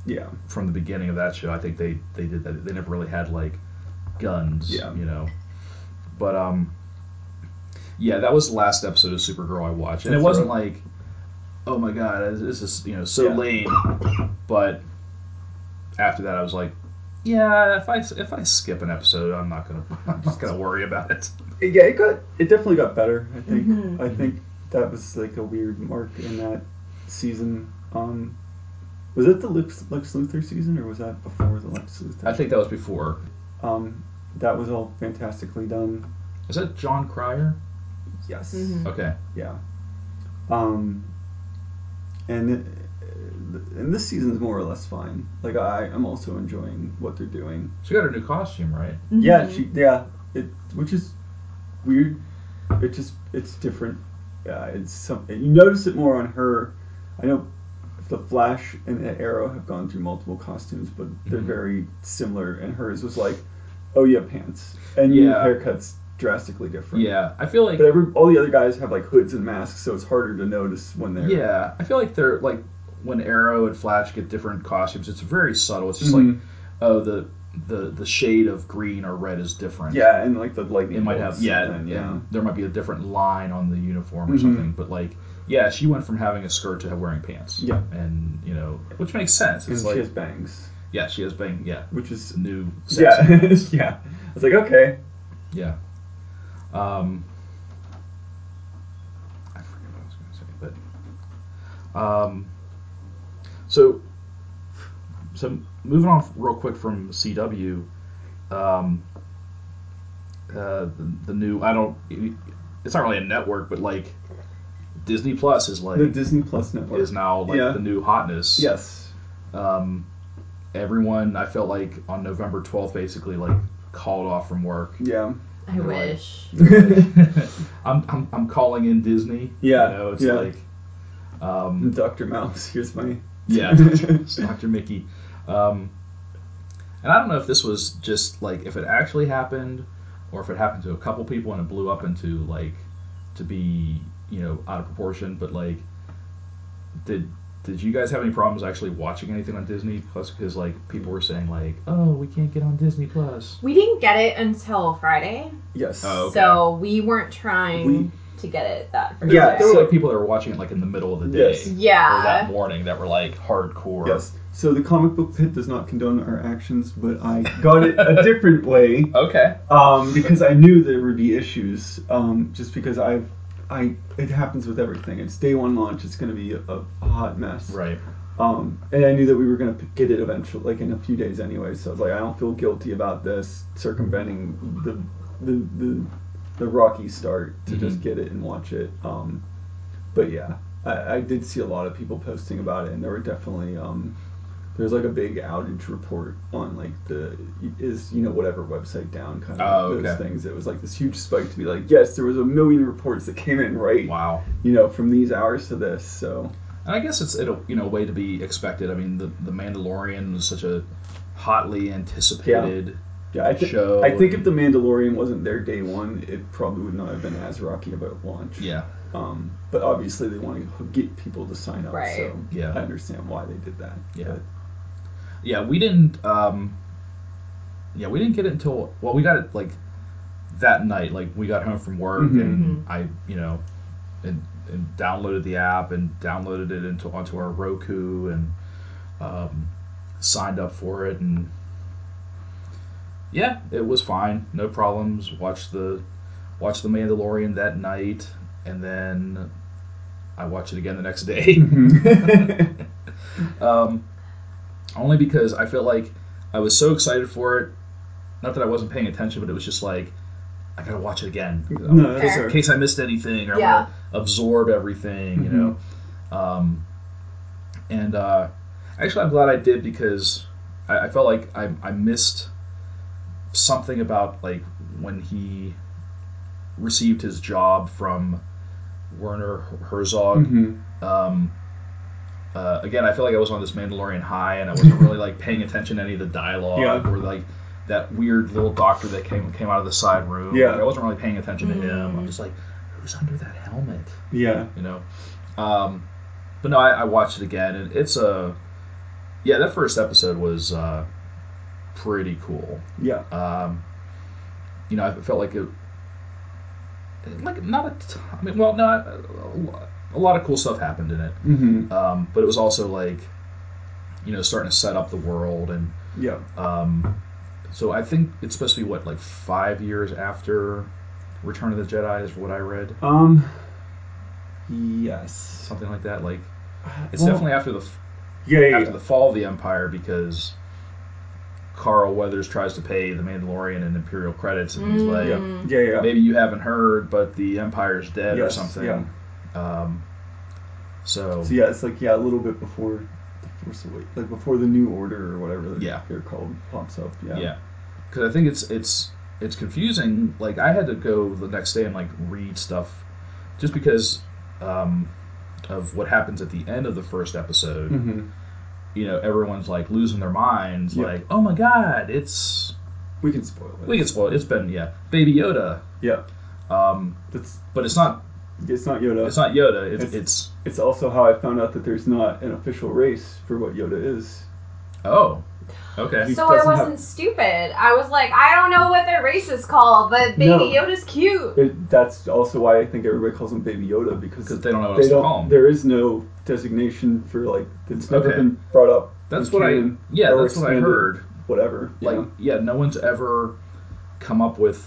yeah, from the beginning of that show. I think they they did that. They never really had like guns, Yeah. you know. But um, yeah, that was the last episode of Supergirl I watched, and it That's wasn't right. like, oh my god, this is you know so Yeah. lame. But after that, I was like. Yeah, if I if I skip an episode, I'm not gonna I'm just gonna worry about it. yeah. It got it definitely got better. I think Mhm. I think that was like a weird mark in that season. Um, was that the Lex, Lex Luthor season or was that before the Lex Luthor? I think that was before. Um, that was all fantastically done. Is that John Cryer? Yes. Mhm. Okay. Yeah. Um, and it, and this season's more or less fine. Like I, I'm also enjoying what they're doing. She got her new costume, right? Yeah, Mm-hmm. Mm-hmm. she, yeah, it which is weird. It just it's different. Yeah, it's something you notice it more on her. I know the Flash and the Arrow have gone through multiple costumes, but they're Mhm. very similar. And hers was like, oh yeah, pants, and your Yeah. haircut's drastically different. Yeah. I feel like But every, all the other guys have like hoods and masks, so it's harder to notice when they're Yeah, I feel like they're like when Arrow and Flash get different costumes, it's very subtle. It's just like Mhm. oh the the the shade of green or red is different. yeah, and like the lightning. It might have bolts yeah, and- and yeah. there might be a different line on the uniform or Mhm. something, but like yeah, she went from having a skirt to wearing pants. Yeah. And you know, which makes sense. And It's she like has bangs, yeah, she has been yeah, which is new yeah, sexy pants. yeah. I was like, okay, Yeah. Um, I forget what I was going to say, but um, so so moving on real quick from CW, um, uh, the, the new I don't it's not really a network, but like Disney Plus is like the Disney Plus network. is now like Yeah. the new hotness. Yes. Um, everyone I felt like on November twelfth basically like called off from work Yeah. I You're right. wish. I'm, I'm, I'm calling in Disney. Yeah, You know, it's yeah. like, um, Dr. Mouse, here's my. yeah, it's Dr. Mickey. Um, and I don't know if this was just like if it actually happened or if it happened to a couple people and it blew up into like to be, you know, out of proportion, but like, did. Did you guys have any problems actually watching anything on Disney Plus? Because like people were saying like, oh, we can't get on Disney Plus. We didn't get it until Friday, Yes. Oh, okay. so we weren't trying We- to get it that There, first. Yeah, Oh, there day. were so- like people that were watching it like in the middle of the day. Yes. or that yeah. morning that were like hardcore. Yes. So the comic book pit does not condone our actions, but I got it a different way Okay. um, because I knew there would be issues. Um, just because I've, I it happens with everything. It's day one launch. It's going to be a, a hot mess. Right. Um, and I knew that we were going to get it eventually, like in a few days anyway. So I was like, I don't feel guilty about this circumventing the the the, the rocky start to just Mhm. get it and watch it. Um, but yeah, I, I did see a lot of people posting about it, and there were definitely um, there's like a big outage report on like the is you know whatever website down kind of Oh, those okay. things. It was like this huge spike to be like, yes, there was a million reports that came in right, Wow. you know, from these hours to this. So And I guess it's in a you know way to be expected. I mean, the the Mandalorian was such a hotly anticipated. Yeah, I, thi- show I think and- if The Mandalorian wasn't there day one, it probably would not have been as rocky of a launch. Yeah. Um, but obviously, they want to get people to sign up, Right. so Yeah. I understand why they did that. Yeah. Yeah. We didn't. Um, yeah, we didn't get it until well, we got it like that night. Like we got home from work Mhm. Mm-hmm. and I you know and and downloaded the app and downloaded it into onto our Roku and um, signed up for it and yeah, it was fine, no problems. Watched the watched the Mandalorian that night and then I watched it again the next day. Mhm. um, only because I felt like I was so excited for it. Not that I wasn't paying attention, but it was just like I gotta watch it again no, Fair. in that's fair. case I missed anything or I Yeah. want to absorb everything, you know. Um, and uh, actually, I'm glad I did because I, I felt like I, I missed something about like when he received his job from Werner Herzog Mhm. um, uh, again, I feel like I was on this Mandalorian high, and I wasn't really like paying attention to any of the dialogue Yeah. or like that weird little doctor that came came out of the side room. Yeah. Like, I wasn't really paying attention to him. I'm Mm. just like, who's under that helmet? Yeah. You know. Um, but no, I, I watched it again, and it's a yeah. That first episode was uh, pretty cool Yeah. um, you know, I felt like it, like not a, t- I mean, well, not a lot of cool stuff happened in it, hmm um, but it was also like, you know, starting to set up the world, and Yeah. um, so I think it's supposed to be what like five years after Return of the Jedi is what I read, Um. Yes. something like that. Like it's Well, definitely after the f- yeah. yeah, after yeah. the fall of the Empire because Carl Weathers tries to pay the Mandalorian and Imperial credits, and he's like, Mm. Yeah, yeah. maybe you haven't heard, but the Empire's dead or Yes, something. yeah. Um, so, So yeah, it's like yeah, a little bit before the Force Awakens, like before the New Order or whatever they're, Yeah. they're called pops up. Yeah. yeah, because I think it's it's it's confusing. Like I had to go the next day and like read stuff, just because um, of what happens at the end of the first episode. hmm You know, everyone's like losing their minds. Yeah. Like, oh my god, it's We can spoil it. we can spoil. it. It's been yeah, Baby Yoda. Yeah. Um, That's but it's not it's not Yoda. it's not Yoda. It's, It's- it's It's also how I found out that there's not an official race for what Yoda is. oh okay. He So I doesn't have- wasn't stupid. I was like, I don't know what their race is called, but Baby No. Yoda's cute. It, that's also why I think everybody calls him Baby Yoda because Because they don't know what they else to don't- call him. There is no designation for like it's never Okay. been brought up. That's in what I canon yeah. or That's what I expanded, heard. Whatever. you Like know? yeah, no one's ever come up with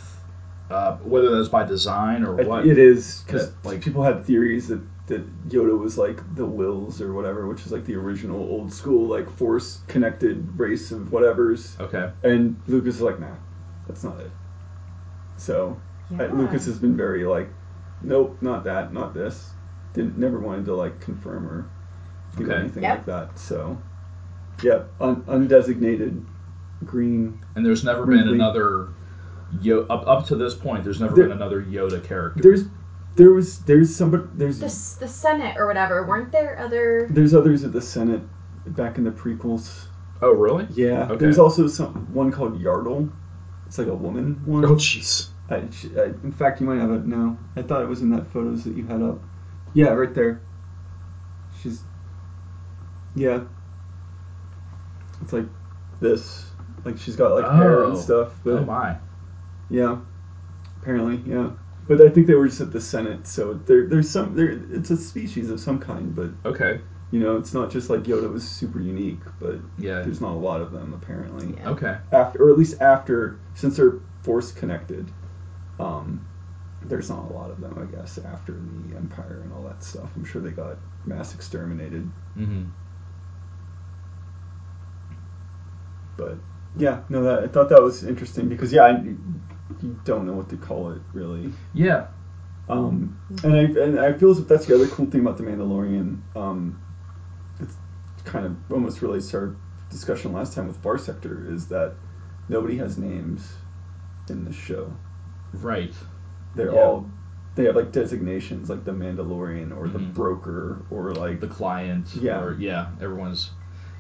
uh, whether that's by design or I th- what. it is because that, like- like people had theories that that Yoda was like the Wills or whatever, which is like the original old school like force connected race of whatever's, okay. and Lucas is like, nah, that's not it. So Yeah. Uh, Lucas has been very like, nope, not that, not this. Didn't never wanted to like confirm or do Okay. anything Yep. like that. So, yeah, un- undesignated green. And there's never been Wrinkly. another Yo up up to this point. There's never There- been another Yoda character. There's there was there's somebody there's The, s- the Senate or whatever. Weren't there other? there's others at the Senate back in the prequels. oh really? Yeah, Okay. there's also some one called Yardle. It's like a woman one. Oh jeez. I, sh I, in fact, you might have it now. I thought it was in that photos that you had up. Yeah, right there. She's. Yeah. It's like this. Like she's got like hair Oh. and stuff. But Oh my. yeah. Apparently, yeah. But I think they were just at the Senate, so there, there's some there. It's a species of some kind, but Okay. you know, it's not just like Yoda was super unique, but Yeah. there's not a lot of them apparently Yeah. Okay. after, or at least after, since they're force connected, um, there's not a lot of them, I guess, after the Empire and all that stuff. I'm sure they got mass exterminated, hmm but yeah, no, that I thought that was interesting because yeah, I, you don't know what to call it really. Yeah. Um, and I and I feel as if that's the other cool thing about the Mandalorian. Um, it's kind of almost relates to our discussion last time with Bar Sector is that nobody has names in this show. Right. they're Yeah. all they have like designations like the Mandalorian or the Mhm. broker or like The the, client. Yeah. Or, yeah. Everyone's.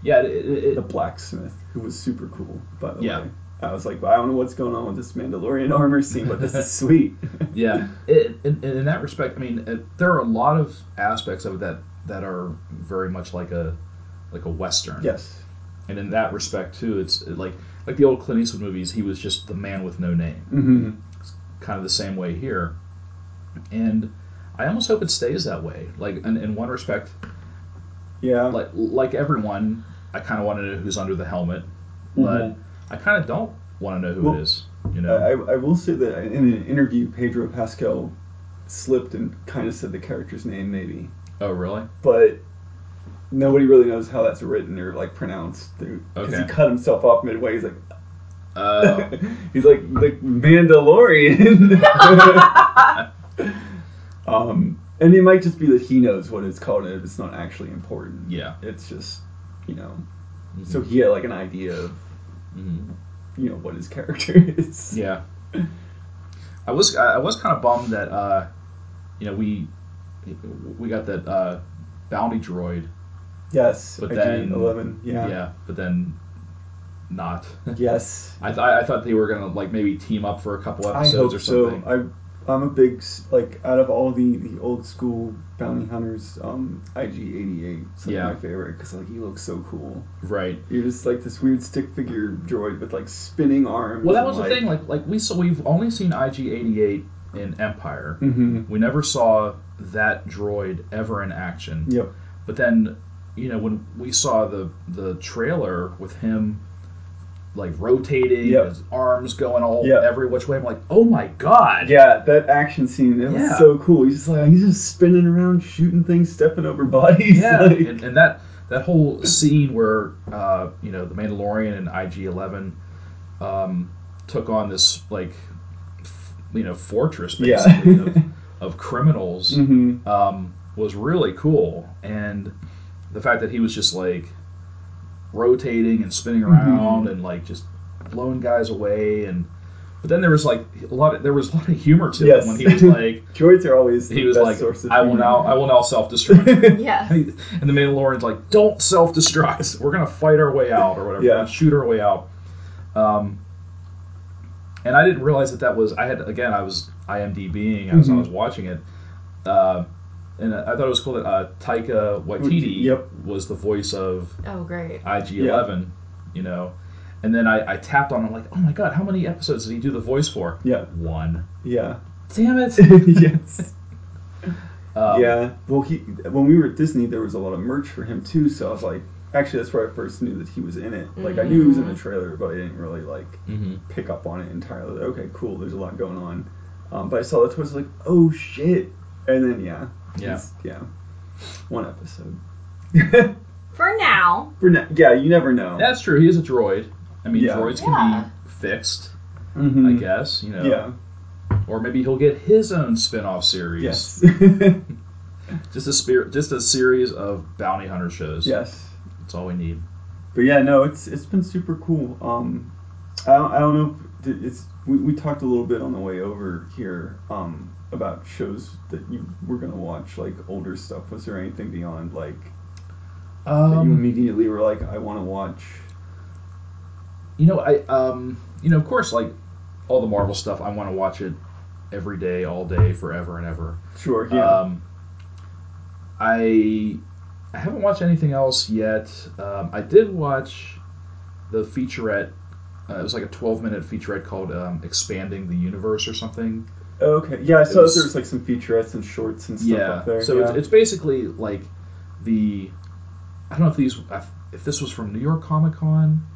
Yeah. It, it, it- blacksmith who was super cool by the Yeah. way. I was like, I don't know what's going on with this Mandalorian armor scene, but this is sweet. yeah it, in, in that respect i mean it, there are a lot of aspects of it that that are very much like a like a western yes. and in that respect too it's like like the old clint eastwood movies he was just the man with no name hmm kind of the same way here and i almost hope it stays that way like in, in one respect Yeah. like like everyone i kind of want to know who's under the helmet but Mhm. i kind of don't want to know who Well, it is you know I, I will say that in an interview, Pedro Pascal slipped and kind of said the character's name, maybe, oh really but nobody really knows how that's written or like pronounced because Okay. he cut himself off midway. He's like, oh He's like the Mandalorian. um, and it might just be that he knows what it's called, and it's not actually important. yeah It's just, you know, Mhm. so he had like an idea of, Mhm. you know, what his character is. Yeah. I was I I was kind of bummed that uh, you know we we got that uh, bounty droid. Yes. But I do, then- eleven. Yeah. but then not. Yes. I, th- I thought they were gonna like maybe team up for a couple I episodes hope or so. something. I, I'm a big s- like out of all the the old school bounty hunters, um, IG88 is like Yeah. my favorite because like he looks so cool. Right. You're just like this weird stick figure droid with like spinning arms. Well, that and, was the like, thing. Like like we saw we've only seen IG88 in Empire. Mm-hmm. We never saw that droid ever in action. Yep. But then, you know, when we saw the the trailer with him like rotating, Yep. his arms going all Yep. every which way, I'm like, oh my god. Yeah, that action scene it Yeah. was so cool. He's just like he's just spinning around, shooting things, stepping over bodies. Yeah. like- and, and that that whole scene where uh, you know the Mandalorian and IG Eleven um, took on this like f- you know fortress Yeah. basically of, of criminals Mm-hmm. um, was really cool. And the fact that he was just like rotating and spinning Mm-hmm. around and like just blowing guys away and but then there was like a lot of, there was a lot of humor to Yes. it when he was like Droids are always the he was best like source of I will humor. now I will now self destruct Yes. and the Mandalorian's like don't self destruct we're gonna fight our way out or whatever Yeah. We're gonna shoot our way out um, and I didn't realize that that was I had again I was IMDBing as I Mhm. was watching it, uh, and I thought it was cool that uh, Taika Waititi Mm, Yep. was the voice of Oh, great. IG11, you know, and then I, I tapped on it, I'm like oh my god how many episodes did he do the voice for Yeah. one Yeah. damn it yes. um, yeah. Well, he when we were at Disney, there was a lot of merch for him too. So I was like, actually, that's where I first knew that he was in it. Like I knew he was in the Mm. Mhm. trailer, but I didn't really like mhm. pick up on it entirely. Okay, cool. There's a lot going on. Um, but I saw the twist, like, oh shit, and then yeah, yeah It's- yeah, one episode. For now. For now, yeah, you never know. that's true he is a droid I mean Yeah. droids can Yeah. be fixed Mhm. I guess you know Yeah. or maybe he'll get his own spin-off series Yes. just a spirit just a series of bounty hunter shows yes. that's all we need But yeah, no, it's it's been super cool. Um, I don't, I don't know. If th- it's we, we talked a little bit on the way over here um, about shows that you were gonna watch, like older stuff. Was there anything beyond like that you Um, immediately were like, I want to watch? you know, I um, you know, of course, like all the Marvel stuff, I want to watch it every day, all day, forever and ever. Sure. Yeah. Um, I I haven't watched anything else yet. Um, I did watch the featurette. Uh, it was like a 12-minute featurette called um, "Expanding the Universe" or something. okay. Yeah, I it saw was- there was like some featurettes and shorts and stuff up yeah. there. So yeah. It's, it's basically like the I don't know if these if this was from New York Comic Con,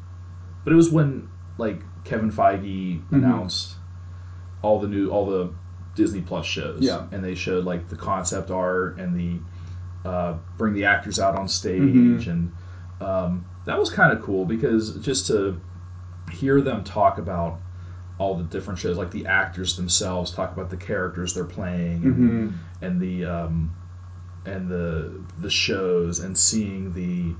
but it was when like Kevin Feige Mhm. announced all the new all the Disney Plus shows. Yeah. And they showed like the concept art and the uh, bring the actors out on stage Mhm. and um, that was kind of cool because just to hear them talk about all the different shows like the actors themselves talk about the characters they're playing and Mhm. and the um, and the the shows and seeing the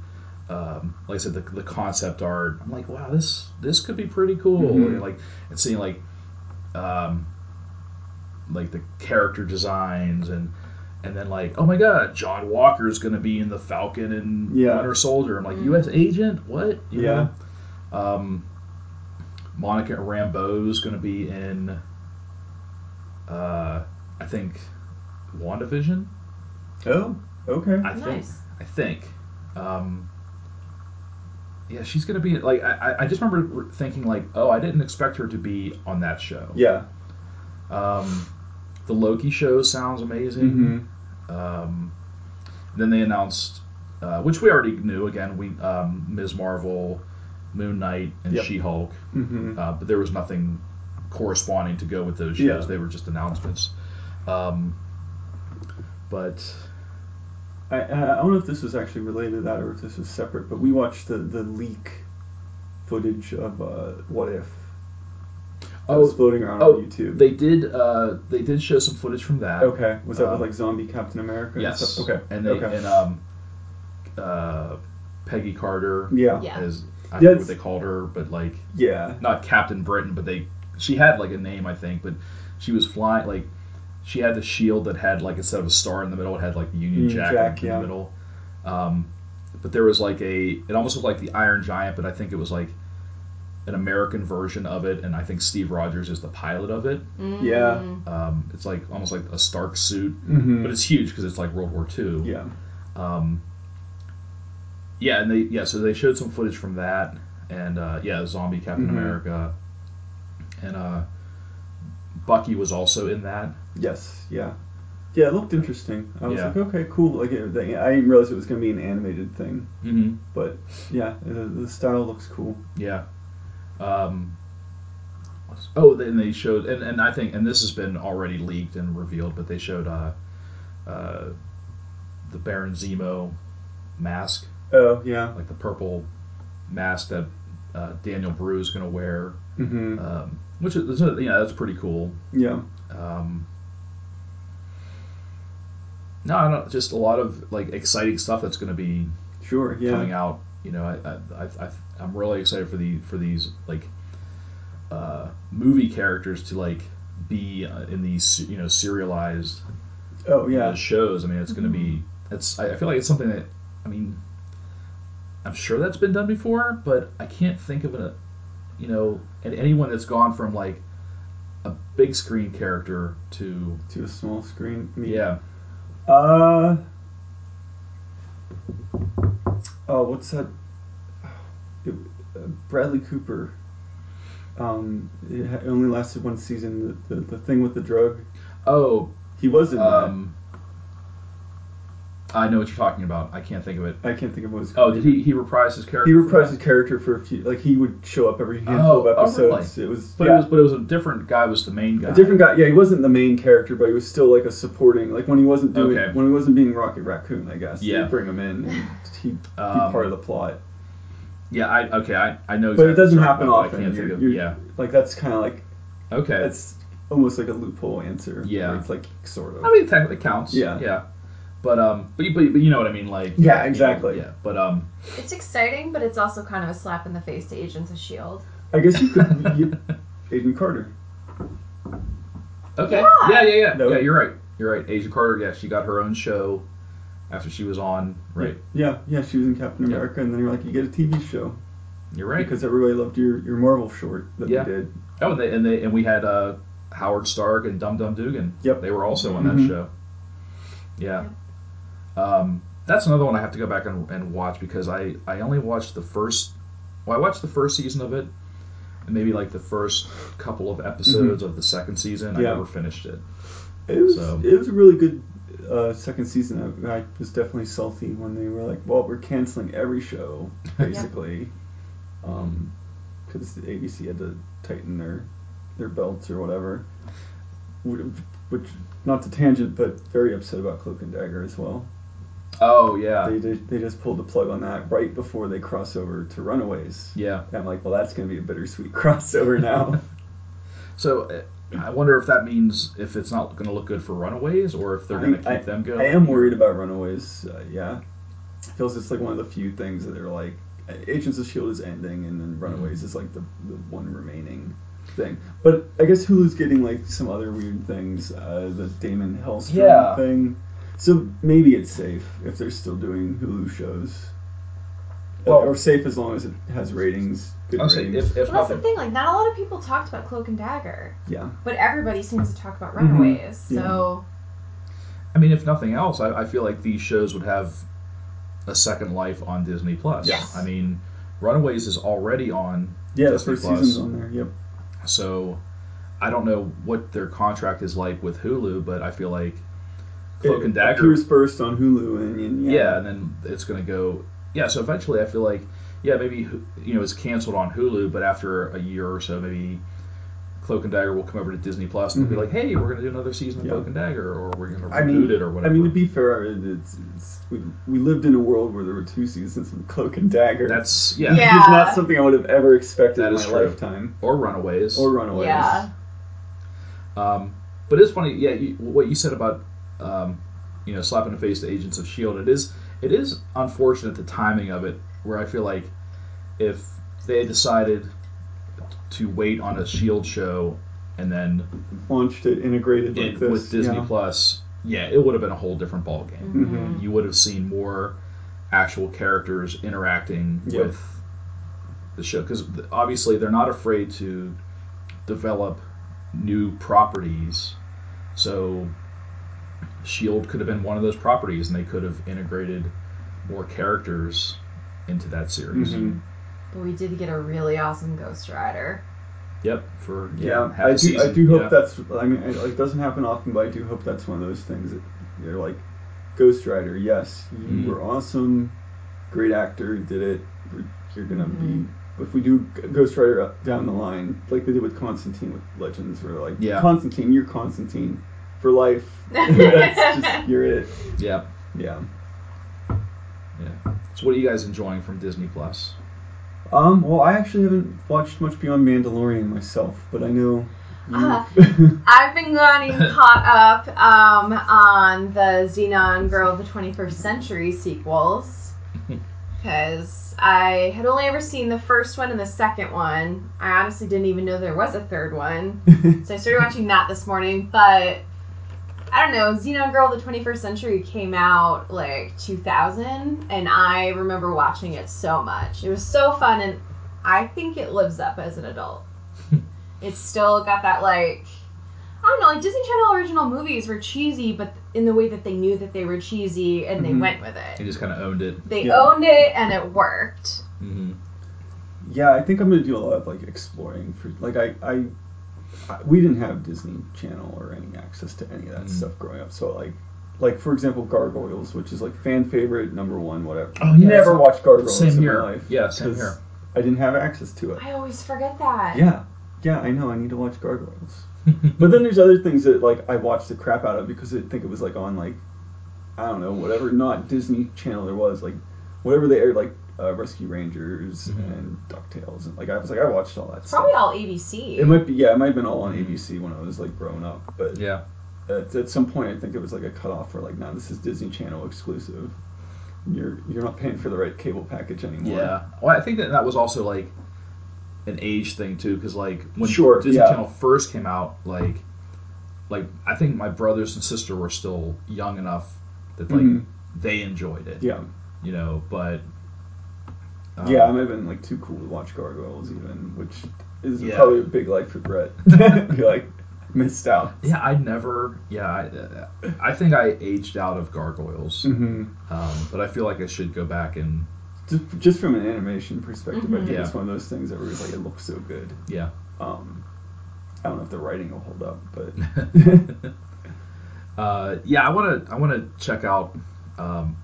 um, like I said the, the concept art. I'm like, wow, this this could be pretty cool. Mhm. And like and seeing like um, like the character designs and and then like, oh my god, John Walker's gonna be in the Falcon and Yeah. Winter Soldier. I'm like, Mm. U.S. agent, what? You Yeah. know? Um, Monica Rambeau's gonna be in. Uh, I think WandaVision. Oh. Okay. I think. Nice. I think. Um, yeah, she's gonna be like. I, I- I just remember re- thinking like, oh, I didn't expect her to be on that show. Yeah. Um, the Loki show sounds amazing. Mm-hmm. Um, then they announced, uh, which we already knew. Again, we um, Ms. Marvel, Moon Knight, and Yep. She Hulk. Mm-hmm. Uh, but there was nothing corresponding to go with those shows. Yeah. They were just announcements. Um, but I, I I don't know if this was actually related to that or if this was separate, but we watched the, the leak footage of uh, What If. That was floating around oh, on YouTube. They did. Uh, they did show some footage from that. okay. Was that uh, with like zombie Captain America? And Yes. stuff? Okay. And they okay. and um, uh, Peggy Carter yeah. Yeah. is I Yeah, don't know what it's- they called her, but like Yeah. not Captain Britain, but they she had like a name I think, but she was flying like she had the shield that had like instead of a star in the middle, it had like the Union, Union Jack, Jack, in yeah. the middle. Um, but there was like a it almost looked like the Iron Giant, but I think it was like an American version of it, and I think Steve Rogers is the pilot of it. Mm-hmm. Mm. Yeah. Um, it's like almost like a Stark suit, Mm-hmm. but it's huge because it's like World War II. yeah. Um, yeah, and they yeah, so they showed some footage from that, and uh, yeah, zombie Captain Mhm. America, and uh, Bucky was also in that. Yes. Yeah. Yeah, it looked interesting. I was Yeah. like, okay, cool. Like, it, they, I didn't realize it was gonna be an animated thing, Mm-hmm. but yeah, the, the style looks cool. Yeah. Um, oh, then they showed, and, and I think, and this has been already leaked and revealed, but they showed uh, uh, the Baron Zemo mask, Oh yeah. like the purple mask that uh, Daniel Brüh's going to wear, hmm um, which is you know that's pretty cool. Yeah. Um, no, I don't. Just a lot of like exciting stuff that's going to be Sure. Yeah. coming out. You know, I, I, I, I I'm really excited for the for these like uh, movie characters to like be uh, in these you know serialized Oh yeah. Mm-hmm. uh, shows. I mean, it's going to be it's. I I feel like it's something that I mean, I'm sure that's been done before, but I can't think of a you know and anyone that's gone from like a big screen character to To a small screen. I mean, yeah Uh. Oh, what's that? It, uh, Bradley Cooper. Um, it ha- it only lasted one season. The, the, the thing with the drug. oh He was in um. I know what you're talking about. I can't think of it. that. I can't think of what it's Oh, called. did he he reprise his character? He for reprised that? his character for a few. Like he would show up every handful Oh, of oh, episodes. It was. But yeah. it was but it was a different guy was the main guy. A different guy. Yeah, he wasn't the main character, but he was still like a supporting. Like when he wasn't doing, Okay. when he wasn't being Rocket Raccoon, I guess. Yeah. They'd bring him in. And he'd be Um, part of the plot. Yeah, I okay, I, I know. But it exactly doesn't what you're talking happen about, often. I can't You're- think of, you're- yeah. Like that's kind of like Okay. that's almost like a loophole answer. Yeah. where It's like sort of. I mean, technically it counts. Yeah. Yeah. But um, but you but, you- but you know what I mean, like. Yeah, exactly. Yeah, but um, It's exciting, but it's also kind of a slap in the face to Agents of Shield. I guess you could. you, Agent Carter. okay. Yeah. Yeah, yeah, yeah. No. Yeah, you're right. You're right. Asia Carter. Yeah, she got her own show after she was on. Right. Yeah, yeah, she was in Captain Yeah. America, and then you're like, you get a TV show You're right. because everybody loved your, your Marvel short that Yeah. you did. oh, and they and they and we had uh, Howard Stark and Dum Dum Dugan. Yep. They were also on that Mhm. show. Yeah. Um, that's another one I have to go back and, and watch because I I only watched the first. Well, I watched the first season of it, and maybe like the first couple of episodes of the second season. I Mm-hmm. Yeah. never finished it. It was So- it was a really good uh, second season. I, I was definitely salty when they were like, "Well, we're canceling every show, basically," Um 'cause because ABC had to tighten their their belts or whatever. Which, which, not to tangent, but very upset about Cloak and Dagger as well. Oh yeah, They did, they just pulled the plug on that right before they cross over to Runaways. yeah. And I'm like, well, that's going to be a bittersweet crossover now. So uh, I wonder if that means if it's not going to look good for Runaways, or if they're I- going to keep them going. I am worried about Runaways. Uh, yeah, feels it's like one of the few things that they're like Agents of Shield E is ending, and then Mm-hmm. Runaways is like the, the one remaining thing. But I guess Hulu's getting like some other weird things, uh, the Damon Hellstrom Yeah. thing. So maybe it's safe if they're still doing Hulu shows. Uh, Well- or safe as long as it has ratings. Good I'll say ratings. if if Well, that's the nothing. thing. Like, not a lot of people talked about Cloak and Dagger, yeah, but everybody seems to talk about Mhm. Runaways. Yeah. So I mean, if nothing else, I, I feel like these shows would have a second life on Disney Plus. Yes. I mean, Runaways is already on, yeah, the Disney first Plus. season's on there. Yep. so I don't know what their contract is like with Hulu, but I feel like Cloak It and Dagger. appears first on Hulu, and, and yeah. and then it's going to go. Yeah, so eventually I feel like, yeah, maybe, you know, it's canceled on Hulu, but after a year or so, maybe Cloak and Dagger will come over to Disney Plus and be Mhm. like, hey, we're going to do another season of Yeah. Cloak and Dagger, or we're going to reboot I mean, it, or whatever. I mean, to be fair, it's, it's, we, we lived in a world where there were two seasons of Cloak and Dagger. That's, It's yeah. Yeah. not something I would have ever expected That in is my true. lifetime. Or Runaways. Or Runaways. yeah, Um, but it's funny, yeah. You, what you said about um, you know slapping the face to Agents of Shield, E it is it is unfortunate the timing of it. Where I feel like if they decided to wait on a Shield E show and then Launched it, integrated it, like this. with Disney yeah. Plus, yeah, it would have been a whole different ballgame. Mhm. Mm-hmm. You would have seen more actual characters interacting Yep. with the show because obviously they're not afraid to develop new properties. So Shield E could have been one of those properties, and they could have integrated more characters into that series. Mhm. but we did get a really awesome Ghost Rider. Yep. For yeah, Yeah, half I a do. season. I do hope Yeah. that's. I mean, it, it doesn't happen often, but I do hope that's one of those things that you're like, Ghost Rider. Yes, you Mhm. were awesome, great actor, you did it. You're- You're gonna Mhm. be. If we do G- Ghost Rider up- down the line, like they did with Constantine with Legends, where like, Yeah. Constantine, you're Constantine for life. That's just, you're it. Yeah. Yeah. So what are you guys enjoying from Disney Plus? Um, well, I actually haven't watched much beyond Mandalorian myself, but I know. you- Ah. I've been getting caught up um, on the Xenon Girl of the 21st Century sequels because I had only ever seen the first one and the second one. I honestly didn't even know there was a third one. So I started watching that this morning, but I don't know. Xenon Girl of the 21st Century came out like 2000, and I remember watching it so much. It was so fun, and I think it lives up as an adult. it's still got that like. I don't know, like Disney Channel original movies were cheesy, but in the way that they knew that they were cheesy and they Mhm. went with it. He just kind of owned it. They Yeah. owned it and it worked. hmm yeah, I think I'm gonna do a lot of like exploring for like I I, I we didn't have Disney Channel or any access to any of that Mm. stuff growing up, so like. Like for example, Gargoyles, which is like fan favorite number one, whatever. Oh, yeah, Never it's- watched Gargoyles Same in here. my life. Yeah, same 'cause here. I didn't have access to it. I always forget that. Yeah, yeah, I know. I need to watch Gargoyles. But then there's other things that like I watched the crap out of because I think it was like on like I don't know whatever not Disney Channel there was like whatever they aired like uh, Rescue Rangers Mhm. and Ducktales and like I was like I watched all that It's probably stuff. all ABC. It might be yeah it might have been all on ABC when I was like growing up but yeah, at, at some point I think it was like a cutoff for like now this is Disney Channel exclusive. You're you're not paying for the right cable package anymore. yeah. Well, I think that that was also like an age thing too, because like when Sure, Disney yeah. Channel first came out, like, like I think my brothers and sister were still young enough that like Mhm. they enjoyed it. Yeah. You know, but um, Yeah, I might have been like too cool to watch Gargoyles even, which is Yeah. probably a big life regret. Be like missed out. yeah, I never. Yeah, I, I think I aged out of Gargoyles, Mm-hmm. um, but I feel like I should go back and Just, just from an animation perspective, I Mhm. think it's Yeah. one of those things that where it's like it looks so good. yeah. Um, I don't know if the writing will hold up, but uh, yeah, I want to I want to check out um,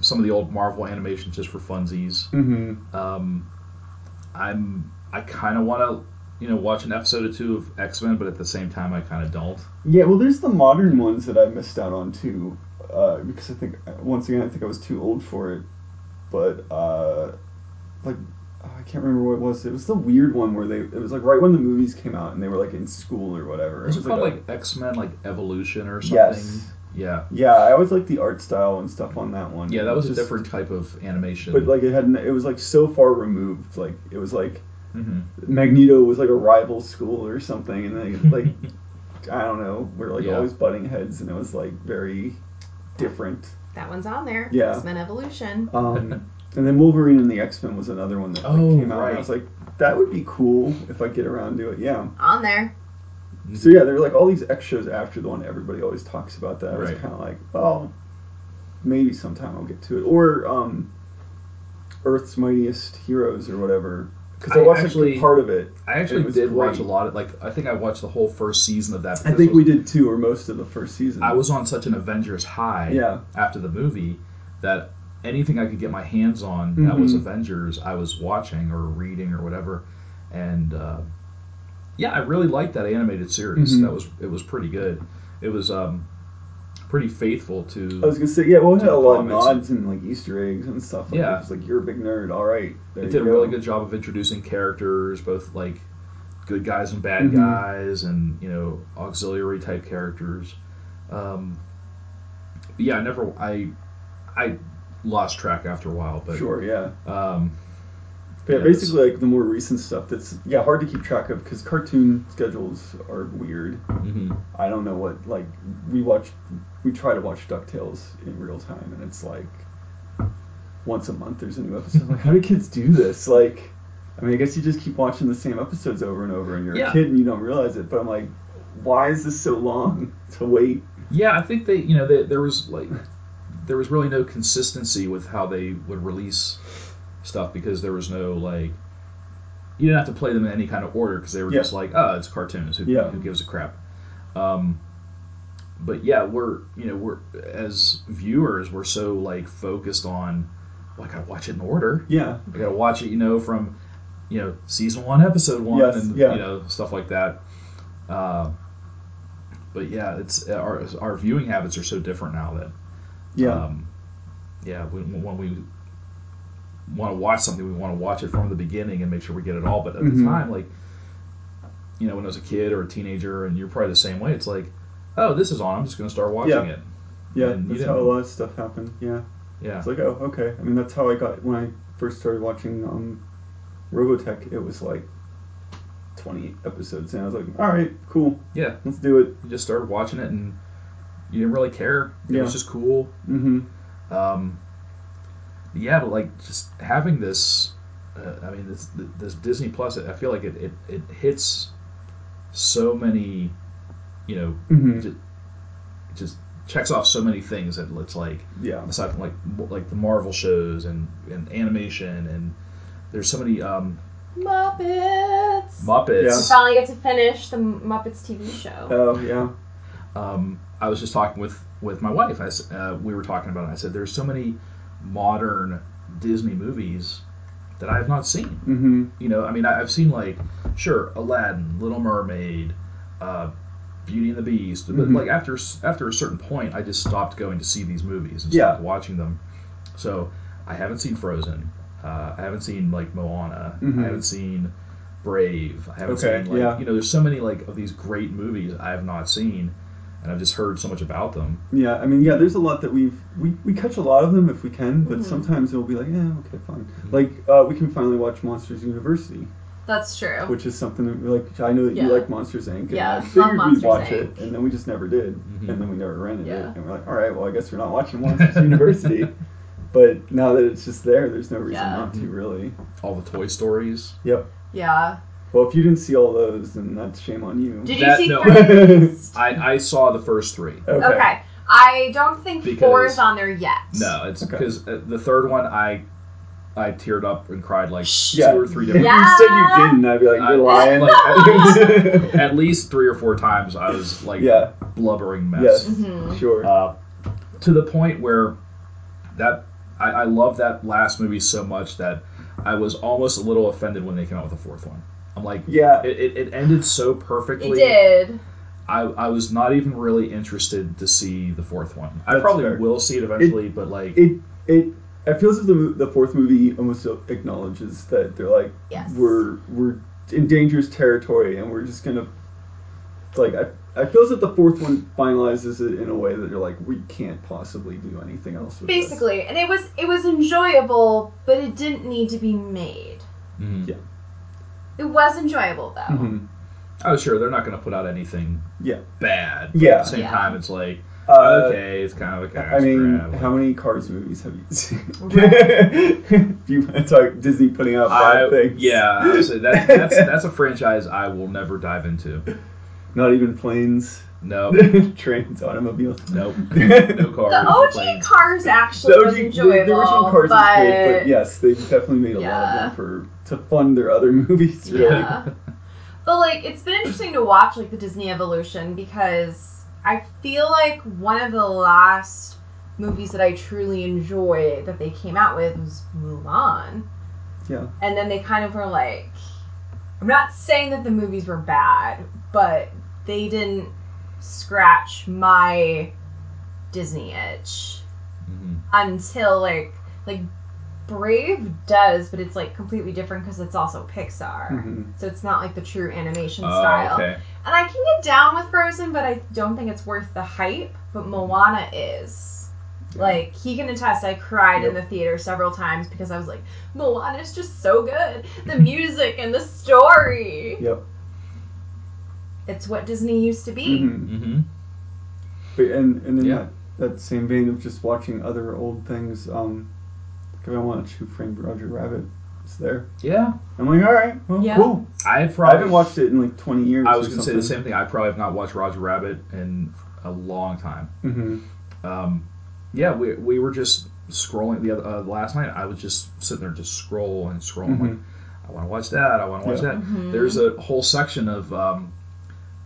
some of the old Marvel animations just for funsies. mm-hmm. Um, I'm I kind of want to you know watch an episode or two of X Men, but at the same time I kind of don't. yeah. Well, there's the modern ones that I missed out on too, uh, because I think once again I think I was too old for it. But uh, like oh, I can't remember what it was. It was the weird one where they it was like right when the movies came out and they were like in school or whatever. Was it called a- like X Men like Evolution or something? Yes. Yeah. Yeah, I always liked the art style and stuff on that one. Yeah, that was Just- a different type of animation. But like it had, n- it was like so far removed. Like it was like Mhm. Magneto was like a rival school or something, and they like I don't know, we are like Yeah. always butting heads, and it was like very different. That one's on there. Yeah. X Men Evolution. Um, and then Wolverine and the X Men was another one that like, Oh, came out, and right. I was like, that would be cool if I get around to it. Yeah. On there. Mm-hmm. So yeah, there were like all these X shows after the one everybody always talks about. That I was Right. kind of like, well, maybe sometime I'll get to it. Or um, Earth's Mightiest Heroes or whatever. Because I I watched actually- actually, part of it. I actually It was did watch a great. lot of like I think I watched the whole first season of that. I because think it was- we did too, or most of the first season. I was on such an Avengers high Yeah. after the movie that anything I could get my hands on that was Mhm. Avengers, I was watching or reading or whatever. And uh, yeah, I really liked that animated series. Mhm. That was it was pretty good. It was um, pretty faithful to I was gonna say, yeah, well, it had a lot of Comics. nods and like Easter eggs and stuff. Like, Yeah. it was like you're a big nerd. All right, there it you did a go. really good job of introducing characters, both like good guys and bad Mhm. guys, and you know auxiliary type characters. Um, but yeah, I never I I lost track after a while, but Sure, yeah. um, But yeah, Yeah, it's- basically like the more recent stuff that's yeah hard to keep track of because cartoon schedules are weird. mhm. I don't know what like we watch we try to watch DuckTales in real time and it's like once a month there's a new episode. like how do kids do this? Like I mean I guess you just keep watching the same episodes over and over and you're Yeah. a kid and you don't realize it, but I'm like why is this so long to wait? yeah, I think they you know they, there was like there was really no consistency with how they would release stuff because there was no like you didn't have to play them in any kind of order because they were Yeah. just like oh it's cartoons who, Yeah. who gives a crap um, but yeah we're you know we're as viewers we're so like focused on well, I gotta watch it in order Yeah. I gotta watch it you know from you know season one episode one Yes, and yeah. you know stuff like that uh, but yeah it's our, our viewing habits Um, are so different now that Yeah. um, yeah, when, when we want to watch something, we want to watch it from the beginning and make sure we get it all. But at the Mhm. time, like, you know, when I was a kid or a teenager, and you're probably the same way. It's like, oh, this is on. I'm just going to start watching Yeah. it. Yeah, And you that's how a didn't- lot of stuff happened. Yeah, Yeah. it's like oh okay. I mean that's how I got when I first started watching um, Robotech. It was like twenty episodes, and I was like, all right, cool. Yeah. let's do it. You just started watching it, and you didn't really care. It Yeah. was just cool. Mm-hmm. Um, yeah, but like just having this, uh, I mean, this this Disney Plus, I feel like it, it, it hits so many, you know, Mm-hmm. just checks off so many things that it's like Yeah. aside from like m- like the Marvel shows and, and animation and there's so many um, Muppets. Yeah. Muppets. Finally get to finish the Muppets TV show. Oh yeah. um, I was just talking with with my wife. I s- uh, we were talking about it. I said there's so many modern Disney movies that I have not seen. Mm-hmm. You know, I mean, I, I've seen like sure Aladdin, Little Mermaid, uh, Beauty and the Beast, but Mhm. like after s- after a certain point, I just stopped going to see these movies and Yeah. stopped watching them. So I haven't seen Frozen. Uh, I haven't seen like Moana. Mhm. I haven't seen Brave. I haven't Okay, seen like yeah. you know, there's so many like of these great movies I have not seen, and I've just heard so much about them. Yeah, I mean, yeah, there's a lot that we've we, we catch a lot of them if we can, but Mhm. sometimes it'll be like, yeah, okay, fine. Mm-hmm. Like uh, we can finally watch Monsters University, That's true. which is something that we like. I know that Yeah. you like Monsters Inc. And Yeah, I love figured Monsters, we'd watch Inc. it, and then we just never did, Mhm. and then we never rented Yeah. it, and we're like, all right, well, I guess we're not watching Monsters University. But now that it's just there, there's no reason Yeah. not to Mm-hmm. really. All the Toy Stories. yeah. Well, if you didn't see all those, then that's shame on you. Did That- you see no. Cruise? I I saw the first three. Okay. okay. I don't think four Because- is on there yet. No, it's Okay. because uh the third one I I teared up and cried like Shh. two or three If different. Yeah. You said you didn't. I'd be like, I- you're lying. like, At least three or four times I was like yeah. blubbering mess. Yes. Mhm. Sure. Uh, to the point where that I, I love that last movie so much that I was almost a little offended when they came out with the fourth one. I'm like, yeah. it, it, it ended so It perfectly. did. I, I was not even really interested to see the fourth one. I That's probably fair. will see it eventually, but like, it it I feel as if the mo- the fourth movie almost acknowledges that they're like Yes. we're we're in dangerous territory and we're just gonna like I I feel as if the fourth one finalizes it in a way that you're like we can't possibly do anything else. With this." Basically, and it was it was enjoyable, but it didn't need to be made. mm. Yeah. It was enjoyable though. Mhm. oh sure, they're not going to put out anything Yeah. bad. But Yeah. At the same Yeah. time, it's like, Uh, okay, it's kind of a cash I mean, grab. how many Cars movies have you seen? Right. if you want to talk Disney putting out bad I- things, yeah, honestly, that, that's that's a franchise I will never dive into. not even planes, No, trains, automobiles. nope, the no cars. The no OG planes. cars actually was OG enjoyable, the original Cars but, is great, but yes, they definitely made a lot Yeah. of them for to fund their other movies. Really, yeah. but like it's been interesting to watch like the Disney evolution because I feel like one of the last movies that I truly enjoy that they came out with was Mulan. Yeah. And then they kind of were like I'm not saying that the movies were bad, but they didn't scratch my Disney itch Mhm. until like like Brave does, but it's like completely different because it's also Pixar. Mhm. So it's not like the true animation Mm-hmm. Oh, style. okay. And I can get down with Frozen, but I don't think it's worth the hype. But Moana is. Like he can attest, I cried in the theater several times because I was like, Moana is just so good. The music and the story. Yep. It's what Disney used to be. Mhm. hmm But and and in Yeah. that, that same vein of just watching other old things, um, like if I watch Who Framed Roger Rabbit, it's there. Yeah, I'm like, all right, well, Yeah. cool. I I probably haven't watched it in like 20 years. I was or going to say the same thing. I probably have not watched Roger Rabbit in a long time. hmm Um, yeah, we, we were just scrolling the other uh, last night. I was just sitting there, just scroll and scroll. I'm Like, I want to watch that. I want to watch Mm-hmm. Yeah. that. Mhm. There's a whole section of um,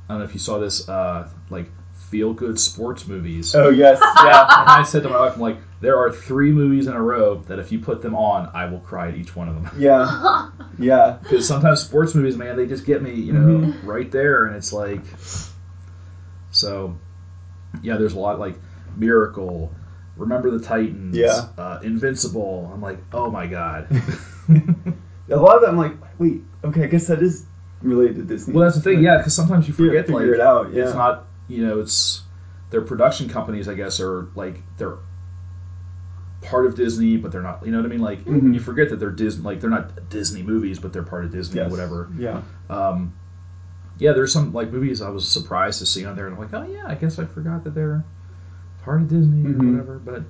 I don't know if you saw this uh, like feel good sports movies. Oh yes, Yeah, yeah. and I said to my wife, I'm like, there are three movies in a row that if you put them on, I will cry at each one of them. Yeah, yeah, Because sometimes sports movies, man, they just get me, you know, Mm-hmm. right there, and it's like, so, yeah, there's a lot like Miracle, Remember the Titans, Yeah. uh, Invincible. I'm like, oh my god. A lot of that, I'm like, wait, okay, I guess that is related to Disney. well, that's the thing, yeah, because sometimes you You forget figure like it out. Yeah. it's not you know it's their production companies I guess are like they're part of Disney, but they're not. You know what I mean? Like Mhm. you forget that they're Disney, like they're not Disney movies, but they're part of Disney, Yes. whatever. Yeah. Um, yeah, there's some like movies I was surprised to see on there, and I'm like, oh yeah, I guess I forgot that they're part of Disney Mhm. or whatever. But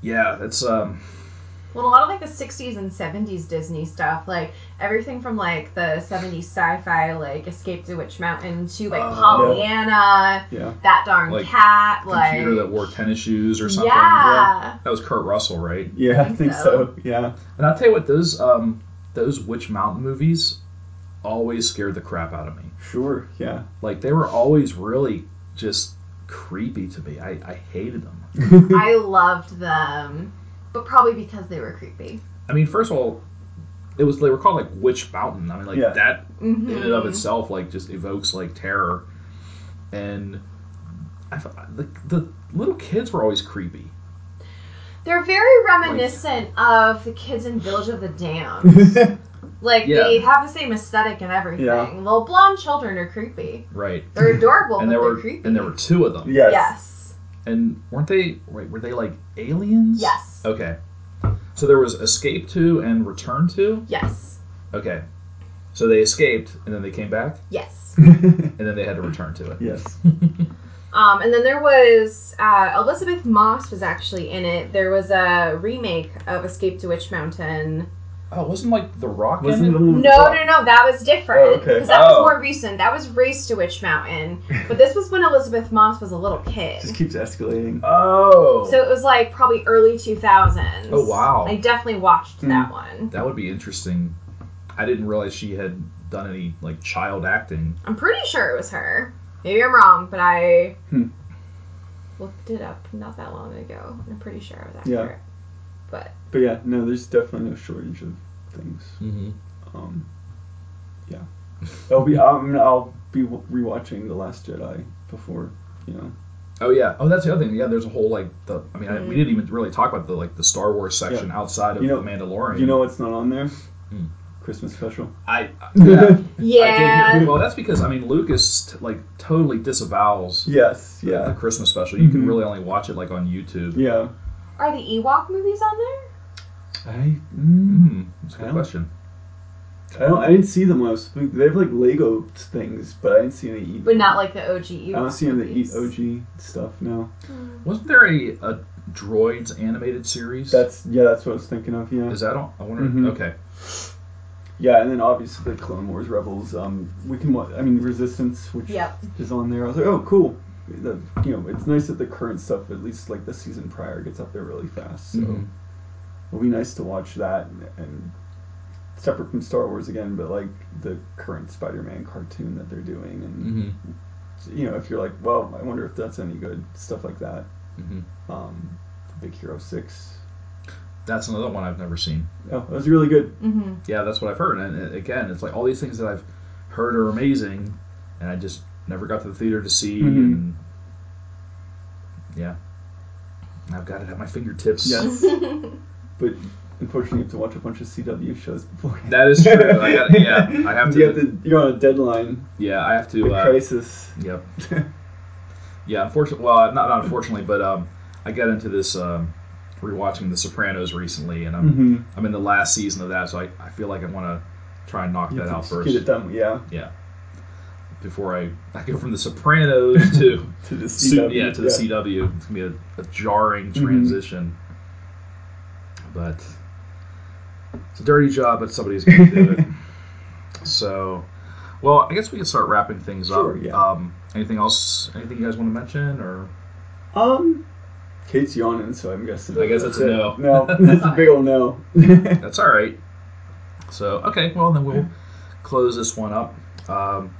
yeah, that's um, Well, a lot of like the 60s and 70s Disney stuff, like everything from like the 70s sci fi, like Escape to Witch Mountain, to like Oh, Pollyanna, Yeah. That Darn Like, Cat, like. computer that wore tennis shoes or something. yeah. that was Kurt Russell, right? Yeah, I think think so. Yeah. And I'll tell you what, those um, those Witch Mountain movies always scared the crap out of me. Sure. Yeah. Like they were always really just creepy to me. I, I hated them. I loved them, but probably because they were creepy. I mean, first of all, it was they were called like Witch Mountain. I mean, like Yeah. that Mm-hmm. in and of itself like just evokes like terror, and I, f- the the little kids were always creepy. They're very reminiscent of the kids in Village of the Damned. Like Yeah. they have the same aesthetic and everything. Yeah. Well, blonde children are creepy. Right. They're adorable, Mm-hmm. but and there they're were Oh, creepy. and there were two of them. yes. Yes. And weren't they? Wait, were they like aliens? Yes. Okay. So there was Escape to and Return to. Yes. Okay. So they escaped and then they came back Yes. and then they had to return to it. yes. Um, and then there was uh, Elizabeth Moss was actually in it. There was a remake of Escape to Witch Mountain. Oh, it wasn't like The Rock Wasn't in the it? one No, with no, the- no, that was different. Oh, okay. Because that Oh. was more recent. That was Race to Witch Mountain. But this was when Elizabeth Moss was a little kid. Just keeps escalating. Oh. So it was like probably early 2000s. Oh, wow. I definitely watched Hmm. that one. that would be interesting. I didn't realize she had done any like child acting. I'm pretty sure it was her. Maybe I'm wrong, but I Hmm. looked it up not that long ago. I'm pretty sure I was Yeah. accurate. But But yeah, no, there's definitely no shortage of things. Mm-hmm. Um, yeah. I'll be. I'm, I'll be w- rewatching The Last Jedi before. You know. Oh yeah. Oh, that's the other thing. Yeah, there's a whole like the. I mean, I, Mhm. we didn't even really talk about the like the Star Wars section outside of You know- the Mandalorian. You know what's not on there? Hmm. Christmas special. I. Uh, Yeah. I did yeah. hear, well, that's because I mean Lucas t- like totally disavows Yes. the- the Yeah. Christmas special. You can Mhm. really only watch it like on YouTube. Yeah. Are the Ewok movies on there? I. Mm, Hmm, that's a good Yeah. question. I don't. I didn't see them when I was. spooked. They have like Lego things, but I didn't see any. E- But not like the OG I Ewok. don't see any of the e- movies. OG stuff. No. Wasn't there a, a droids animated series? That's yeah. That's what I was thinking of. Yeah. is that on? I wonder. Mhm. Okay. Yeah, and then obviously Clone Wars Rebels. Um, we can. wa- I mean, Resistance, which Yep. is on there. I was like, oh, cool. The, you know, it's nice that the current stuff, at least like the season prior, gets up there really fast. So Mhm. it'll be nice to watch that and, and separate from Star Wars again, but like the current Spider-Man cartoon that they're doing, and Mhm. you know, if you're like, well, I wonder if that's any good, stuff like that. Mhm. Um, Big Hero Six. That's another one I've never seen. Oh, that was really good. Mm-hmm. Yeah, that's what I've heard. And uh, again, it's like all these things that I've heard are amazing, and I just never got to the theater to see. Mhm. And yeah, And I've got it at my fingertips. Yeah. Mhm. But unfortunately, you have to watch a bunch of CW shows before. That is true. I gotta- yeah, I have You to- have to. You're on a deadline. yeah. I have The to. Uh, crisis. yep. Yeah. Unfortunately, well, not not unfortunately, but um, I got into this um, rewatching The Sopranos recently, and I'm mm-hmm. I'm in the last season of that, so I, I feel like I want to try and knock that out first Get it done. Yeah. before I, I go from The Sopranos to To the Su- CW. yeah to the CW. It's gonna be a, a jarring Mhm. transition, but it's a dirty job, but somebody's gonna do it. so, well, I guess we can start wrapping things Sure, up. yeah. Um, anything else? Anything you guys want to mention or? Um, Kate's yawning, so I'm guessing. I guess that's a it. no. No, that's a big old no. That's all right. So, okay, well, then we'll close this one up. Um,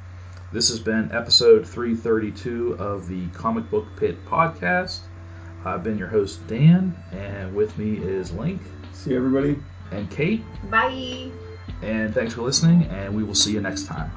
this has been episode 332 of the Comic Book Pit podcast. I've been your host, Dan, and with me is Link See everybody. and Kate. Bye. And thanks for listening, and we will see you next time.